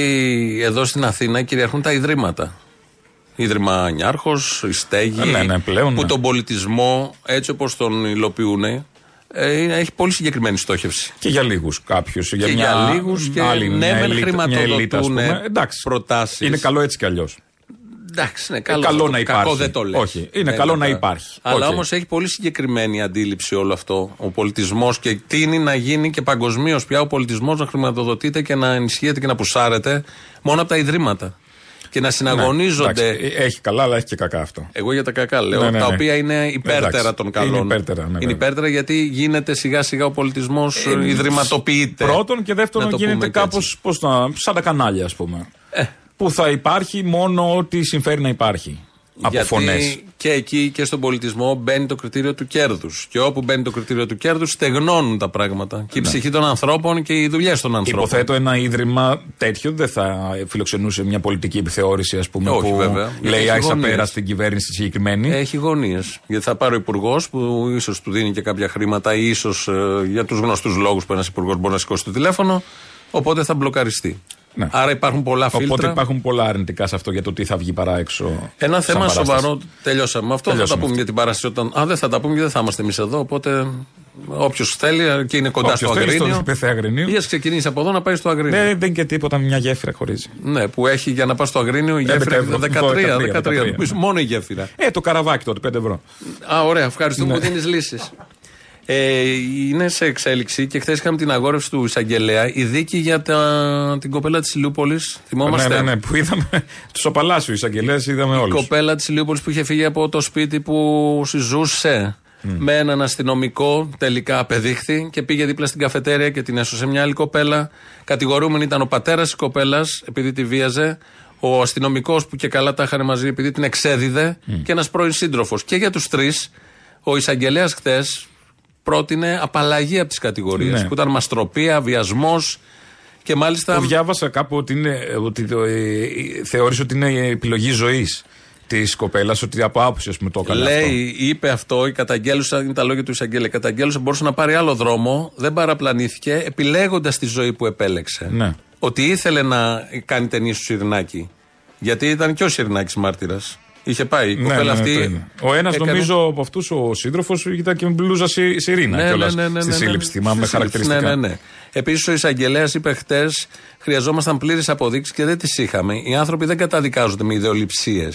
C: εδώ στην Αθήνα κυριαρχούν τα ιδρύματα. Ίδρυμα Νιάρχος, η Στέγη.
D: Ναι, ναι, πλέον,
C: που
D: ναι.
C: τον πολιτισμό, έτσι όπως τον υλοποιούν, ε, είναι- έχει πολύ συγκεκριμένη στόχευση.
D: Και για λίγους κάποιους.
C: και για λίγους και ναι, μεν χρηματοδοτούν προτάσεις.
D: Είναι καλό έτσι κι αλλιώς.
C: Εντάξει, ναι,
D: Ε,
C: καλό,
D: καλό
C: αυτό.
D: να
C: Κακό
D: υπάρχει.
C: δεν το λες.
D: Όχι, είναι καλό
C: μετά.
D: να υπάρχει.
C: Αλλά
D: Οκ.
C: όμως έχει πολύ συγκεκριμένη αντίληψη όλο αυτό. Ο πολιτισμός και τίνει να γίνει και παγκοσμίως πια ο πολιτισμός να χρηματοδοτείται και να ενισχύεται και να πουσάρεται μόνο από τα ιδρύματα. Και να συναγωνίζονται.
D: Ναι, εντάξει, έχει καλά, αλλά έχει και κακά αυτό.
C: Εγώ για τα κακά λέω.
D: Ναι, ναι,
C: Τα
D: ναι.
C: οποία είναι υπέρτερα
D: Εντάξει,
C: των καλών.
D: είναι υπέρτερα, ναι,
C: είναι
D: βέβαια.
C: υπέρτερα γιατί γίνεται σιγά σιγά ο πολιτισμός
D: Ε,
C: ιδρυματοποιείται.
D: Πρώτον και δεύτερον
C: Να το πούμε
D: γίνεται
C: και Ε.
D: κάπω σαν τα κανάλια, ας πούμε. Που θα υπάρχει μόνο ό,τι συμφέρει να υπάρχει. Από
C: Γιατί
D: φωνές.
C: Και εκεί και στον πολιτισμό μπαίνει το κριτήριο του κέρδους. Και όπου μπαίνει το κριτήριο του κέρδους, στεγνώνουν τα πράγματα. Και η
D: Ναι.
C: ψυχή των ανθρώπων και οι δουλειές των ανθρώπων.
D: Υποθέτω ένα ίδρυμα τέτοιο δεν θα φιλοξενούσε μια πολιτική επιθεώρηση, ας πούμε,
C: Όχι,
D: που
C: βέβαια.
D: λέει
C: Έχει
D: Άισα
C: γωνίες.
D: πέρα στην κυβέρνηση συγκεκριμένη.
C: Έχει γωνίες. Γιατί θα πάρει ο υπουργός που ίσως του δίνει και κάποια χρήματα ή ίσω για τους γνωστούς λόγους που ένας υπουργός μπορεί να σηκώσει το τηλέφωνο. Οπότε θα μπλοκαριστεί. Άρα υπάρχουν πολλά φίλτρα.
D: Ναι. Οπότε υπάρχουν πολλά αρνητικά σε αυτό για το τι θα βγει παρά έξω.
C: Ένα
D: σαν
C: θέμα
D: παράσταση.
C: σοβαρό. Τελειώσαμε. με Αυτό θα τα
D: Τελειώσαμε
C: πούμε για την παράσταση. Όταν... Α, δεν θα τα πούμε και δεν θα είμαστε εμείς εδώ. Οπότε όποιος θέλει και είναι κοντά
D: Όποιος
C: στο
D: θέλει, στο
C: Αγρίνιο.
D: Διπεθέ Αγρινίου.
C: Ή ας ξεκινήσει από εδώ να πάει στο Αγρίνιο.
D: Ναι, δεν και τίποτα, μια γέφυρα χωρίζει.
C: Ναι, που έχει για να πα στο Αγρίνιο η
D: Ε,
C: γέφυρα
D: 13,
C: 13.
D: 13,
C: 13, πεις, Μόνο η γέφυρα.
D: Ε, το καραβάκι τότε, 5 ευρώ.
C: Α, ωραία, ευχαριστούμε
D: Ναι.
C: που δίνει λύσει. Ε, είναι σε εξέλιξη και χθες είχαμε την αγόρευση του εισαγγελέα η δίκη για τα, την κοπέλα της Ηλιούπολη. Θυμόμαστε.
D: Ναι, ναι, ναι, που είδαμε τους οπαλάσιου εισαγγελέας, είδαμε
C: Η
D: όλου.
C: κοπέλα της Ηλιούπολη που είχε φύγει από το σπίτι που συζούσε με έναν αστυνομικό, τελικά απεδείχθη και πήγε δίπλα στην καφετέρια και την έσωσε μια άλλη κοπέλα. Κατηγορούμενη ήταν ο πατέρας της κοπέλας, επειδή τη βίαζε. Ο αστυνομικός που και καλά τα είχαν μαζί, επειδή την εξέδιδε. Και ένας πρώην σύντροφος. Και για τους τρεις, ο εισαγγελέας χθες πρότεινε απαλλαγή από τις κατηγορίες.
D: Ναι.
C: Που ήταν μαστροπία, βιασμός. Και μάλιστα.
D: Το διάβασα κάπου ότι, είναι, ότι το, ε, ε, θεώρησε ότι είναι η επιλογή ζωής της κοπέλας, ότι από άποψη ας πούμε, το έκανε. αυτό.
C: Λέει, είπε αυτό, η καταγγέλουσα, είναι τα λόγια του εισαγγέλια. Η καταγγέλουσα μπορούσε να πάρει άλλο δρόμο, δεν παραπλανήθηκε, επιλέγοντας τη ζωή που επέλεξε.
D: Ναι.
C: Ότι ήθελε να κάνει ταινίες του Σιρινάκη. Γιατί ήταν και ο Σιρινάκη μάρτυρας. Είχε πάει. Η
D: Ναι,
C: κοπέλα
D: ναι, ναι,
C: αυτή.
D: το είναι. Ο ένας,
C: έκανε-
D: νομίζω, από αυτούς ο σύντροφος ήταν και με μπλούζα σι, σιρήνα
C: Ναι,
D: κιόλας,
C: ναι, ναι, ναι,
D: στη
C: ναι, ναι.
D: σύλληψη.
C: Στη
D: Θυμάμαι
C: σύλληψη,
D: χαρακτηριστικά.
C: Ναι, ναι, ναι. Επίσης, ο εισαγγελέας είπε χτες: Χρειαζόμασταν πλήρες αποδείξεις και δεν τις είχαμε. Οι άνθρωποι δεν καταδικάζονται με ιδεολειψίες.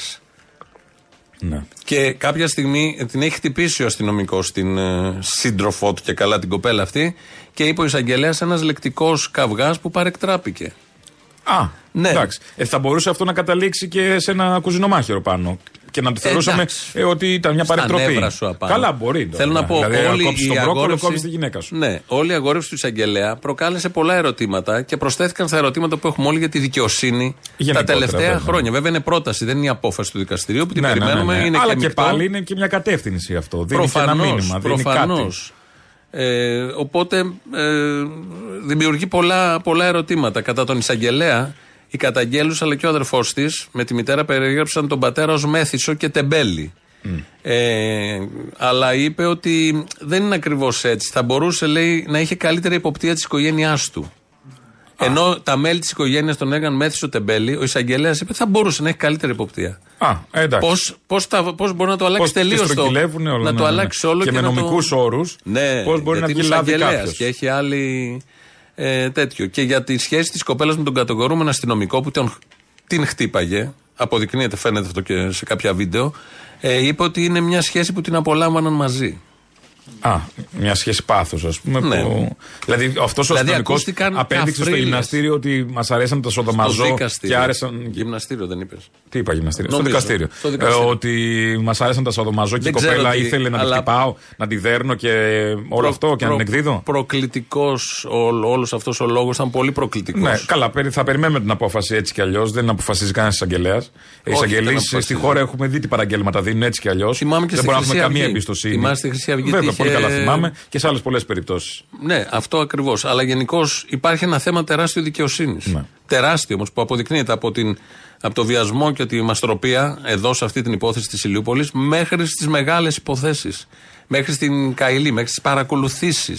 D: Ναι.
C: Και κάποια στιγμή ε, την έχει χτυπήσει ο αστυνομικός την ε, σύντροφό του και καλά την κοπέλα αυτή και είπε ο εισαγγελέας ένας λεκτικός καυγάς που παρεκτράπηκε.
D: Α,
C: Ναι.
D: εντάξει. Ε, θα μπορούσε αυτό να καταλήξει και σε ένα κουζινομάχαιρο πάνω. Και να το
C: Ε,
D: θεωρούσαμε
C: εντάξει.
D: ε, ότι ήταν μια
C: Στα
D: παρεκτροπή.
C: νεύρα σου απάνω.
D: Καλά, μπορεί. τώρα,
C: Θέλω να
D: ναι.
C: πω,
D: δηλαδή,
C: όλη
D: κόψεις
C: η
D: τον πρόκολο,
C: αγόρευση-
D: κόψεις τη γυναίκα σου.
C: Ναι, όλη η αγόρευση του εισαγγελέα προκάλεσε πολλά ερωτήματα και προσθέθηκαν στα ερωτήματα που έχουμε όλοι για τη δικαιοσύνη τα
D: Γενικότερα,
C: τελευταία
D: βέβαια. Ναι,
C: χρόνια. Βέβαια είναι πρόταση, δεν είναι η απόφαση του δικαστηρίου που την περιμένουμε. Είναι
D: Αλλά
C: και,
D: και,
C: μεικτό.
D: πάλι είναι και μια κατεύθυνση αυτό. Δίνει και ένα
C: Προφανώς,
D: μήνυμα. δίνει κάτι.
C: προφανώς. Ε, οπότε ε, δημιουργεί πολλά, πολλά ερωτήματα. Κατά τον εισαγγελέα, η καταγγέλουσα αλλά και ο αδερφός της με τη μητέρα περιέγραψαν τον πατέρα ως μέθησο και τεμπέλη. Ε, αλλά είπε ότι δεν είναι ακριβώς έτσι. Θα μπορούσε, λέει, να είχε καλύτερη υποπτία της οικογένειάς του. Ενώ τα μέλη της οικογένειας τον έκανε μέθησο τεμπέλη, ο εισαγγελέας είπε θα μπορούσε να έχει καλύτερη υποπτία.
D: Α, εντάξει.
C: Πώς, πώς, τα, πώς μπορεί να το αλλάξει
D: Πώς τις
C: τελείως το.
D: τρογγυλεύουνε όλα,
C: να
D: ναι,
C: το
D: ναι.
C: αλλάξει όλο
D: Και
C: και,
D: με
C: να το-
D: νομικούς όρους,
C: Ναι,
D: πώς μπορεί
C: γιατί
D: να βγει
C: είναι
D: λάδι
C: εισαγγελέας
D: κάποιος.
C: Και έχει άλλη ε, τέτοιο. Και για τη σχέση της κοπέλας με τον κατηγορούμενο αστυνομικό που τον, την χτύπαγε. Αποδεικνύεται, φαίνεται αυτό και σε κάποια βίντεο. Ε, είπε ότι είναι μια σχέση που την απολάμβαναν μαζί.
D: Α, μια σχέση πάθους, ας πούμε.
C: Ναι.
D: Που... Δηλαδή, αυτός ο
C: Δηλαδή,
D: αστυνομικός
C: ακούστηκαν
D: απέδειξε στο
C: καφρίλες.
D: γυμναστήριο ότι μας αρέσαν τα
C: Στο
D: σοδομαζό και
C: δικαστήριο.
D: άρεσαν.
C: Γυμναστήριο δεν είπες.
D: Τι είπα γυμναστήριο.
C: Νομίζω.
D: στο δικαστήριο.
C: Στο δικαστήριο.
D: Ε, ότι μας άρεσαν τα σοδομαζό και η
C: Δεν ξέρω
D: κοπέλα
C: τι-
D: ήθελε να την
C: αλλά-
D: χτυπάω, να τη δέρνω και όλο αυτό και να την εκδίδω.
C: Προκλητικός όλος αυτός ο λόγος ήταν πολύ προκλητικός.
D: Ναι, καλά, περι- θα περιμένουμε την απόφαση έτσι κι αλλιώς. Δεν αποφασίζει κανένας εισαγγελέας. Οι
C: δεν
D: εισαγγελείς
C: αποφασίζει.
D: στη χώρα έχουμε δει τι παραγγέλματα δίνουν έτσι κι αλλιώς. Δεν
C: Θυμάμαι και
D: μπορούμε
C: στη
D: να έχουμε
C: Χρυσή
D: καμία
C: Αυγή.
D: εμπιστοσύνη.
C: Θυμάστε στη Χρυσή Αυγή τι
D: Βέβαια, πολύ
C: είχε-
D: καλά θυμάμαι και σε άλλες πολλές περιπτώσεις.
C: Ναι, αυτό ακριβώς. Αλλά γενικώς υπάρχει ένα θέμα τεράστιο δικαιοσύνης.
D: Ναι.
C: Τεράστιο όμως που αποδεικνύεται από, την, από το βιασμό και τη μαστροπία εδώ σε αυτή την υπόθεση της Ηλιούπολης μέχρι στις μεγάλες υποθέσεις. Μέχρι στην Καηλή, μέχρι στις παρακολουθήσεις.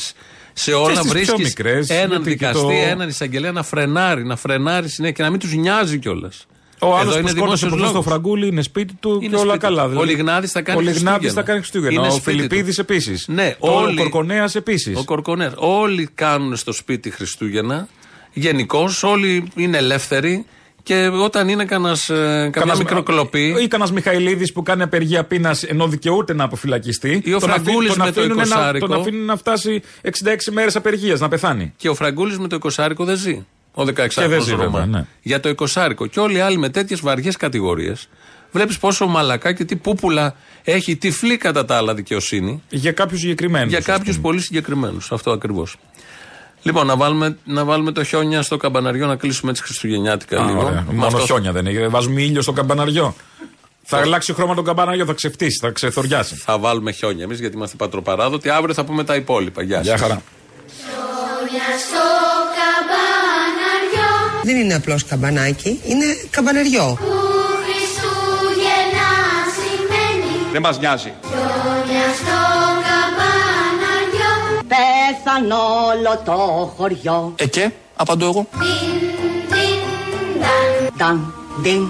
C: Σε όλα
D: στις πιο
C: βρίσκεις
D: μικρές,
C: έναν
D: γιατί και
C: δικαστή,
D: το-
C: έναν εισαγγελέα να φρενάρει, να φρενάρει συνέχεια και να μην τους νιάζει κιόλας.
D: Ο άλλο που σκότωσε προχθές το φραγκούλι είναι σπίτι του και όλα
C: σπίτι του.
D: καλά.
C: Ο
D: δηλαδή.
C: Λιγνάδης θα κάνει
D: Ο Λιγνάδης
C: Χριστούγεννα.
D: θα κάνει Χριστούγεννα.
C: Είναι
D: Ο
C: σπίτι του.
D: Φιλιππίδης επίσης.
C: Ναι,
D: Ο
C: όλοι-
D: Κορκονέας επίσης.
C: Ο Κορκονέας. Όλοι κάνουν στο σπίτι Χριστούγεννα. Γενικώς, όλοι είναι ελεύθεροι. Και όταν είναι κανένας, ε, καμιά
D: Κανάς-
C: μικροκλοπή.
D: Ή κανένας Μιχαηλίδης που κάνει απεργία πείνας ενώ δικαιούται να αποφυλακιστεί.
C: Ή ο
D: τον αφή-
C: Φραγκούλης
D: τον
C: με το
D: αφήνουν να-
C: εικοσάρικο.
D: Τον αφήνουν να φτάσει 66 μέρες απεργίας, να πεθάνει.
C: Και ο Φραγκούλης με το 20 δεν ζει. Ο 16
D: Και δεν ζει, βέβαια, ναι.
C: Για το 20 Και όλοι οι άλλοι με τέτοιες βαριές κατηγορίες. Βλέπεις πόσο μαλακά και τι πούπουλα έχει τυφλή κατά τα άλλα δικαιοσύνη.
D: Για κάποιους συγκεκριμένους.
C: Για κάποιου πολύ συγκεκριμένους. Αυτό ακριβώς. Λοιπόν, να βάλουμε, να βάλουμε το χιόνια στο καμπαναριό να κλείσουμε έτσι Χριστουγεννιάτικα
D: Α,
C: λίγο.
D: ωραία.
C: Λοιπόν, Με
D: Μόνο
C: αυτό-
D: χιόνια δεν είναι. Βάζουμε ήλιο στο καμπαναριό. θα αλλάξει χρώμα το καμπαναριό, θα ξεφτύσει, θα ξεθοριάσει.
C: Θα βάλουμε χιόνια εμείς γιατί είμαστε πατροπαράδοτοι. Αύριο θα πούμε τα υπόλοιπα. Γεια σας.
D: Γεια χαρά.
O: Δεν είναι απλώς καμπανάκι, είναι καμπαναριό.
P: Δεν μας νοιάζει.
Q: Πέθαν όλο το χωριό.
P: Ε, και, απαντώ εγώ.
Q: Νταν, ντιν,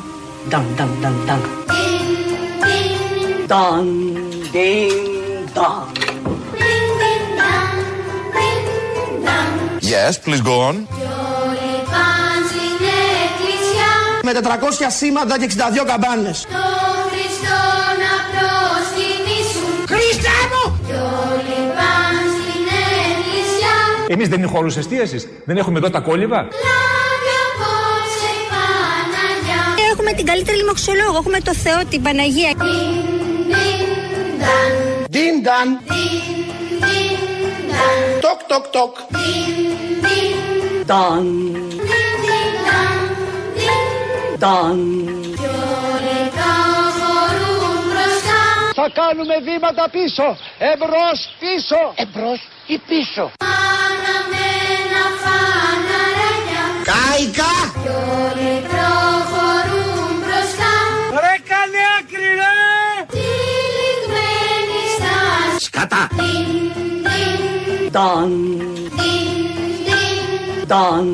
Q: νταν, νταν, νταν, νταν. Νταν, ντιν, νταν.
P: Yes, please go on.
R: Με 400 σήματα και 62 καμπάνες.
P: Χριστέ μου!
S: Εμείς δεν είναι χώρους εστίασης, δεν έχουμε εδώ τα κόλληβα.
T: Έχουμε την καλύτερη λοιμοξιολόγο. Έχουμε το Θεό, την Παναγία.
R: Ντίνταν. Τοκ τοκ τοκ.
Q: Νταν, νταν.
R: Θα κάνουμε βήματα πίσω. Εμπρός πίσω. Εμπρός ή πίσω. Κάικα. Ρε καλέ άκρη
P: Σκατά!
Q: Νταν, νταν,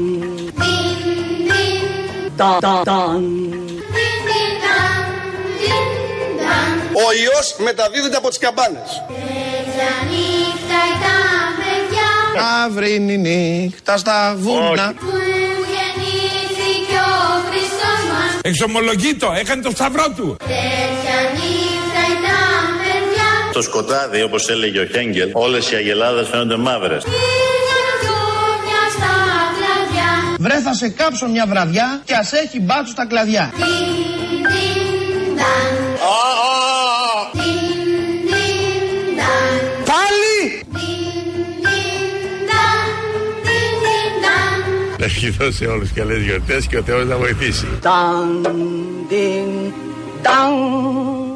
Q: νταν, νταν.
R: Ο ιός μεταδίδεται από τις καμπάνες. Αύρινη νύχτα στα βουνά.
S: Εξομολογείτο, έκανε το σταυρό του.
U: Στο σκοτάδι, όπως έλεγε ο Χέγγελ, όλες οι αγελάδες φαίνονται μαύρες.
R: Βρε θα σε κάψω μια βραδιά και ας έχει μπάτσου τα κλαδιά. Πάλι!
U: Να ευχηθώ σε όλους καλές γιορτές και ο Θεός να βοηθήσει.
Q: Dun, ding, dong.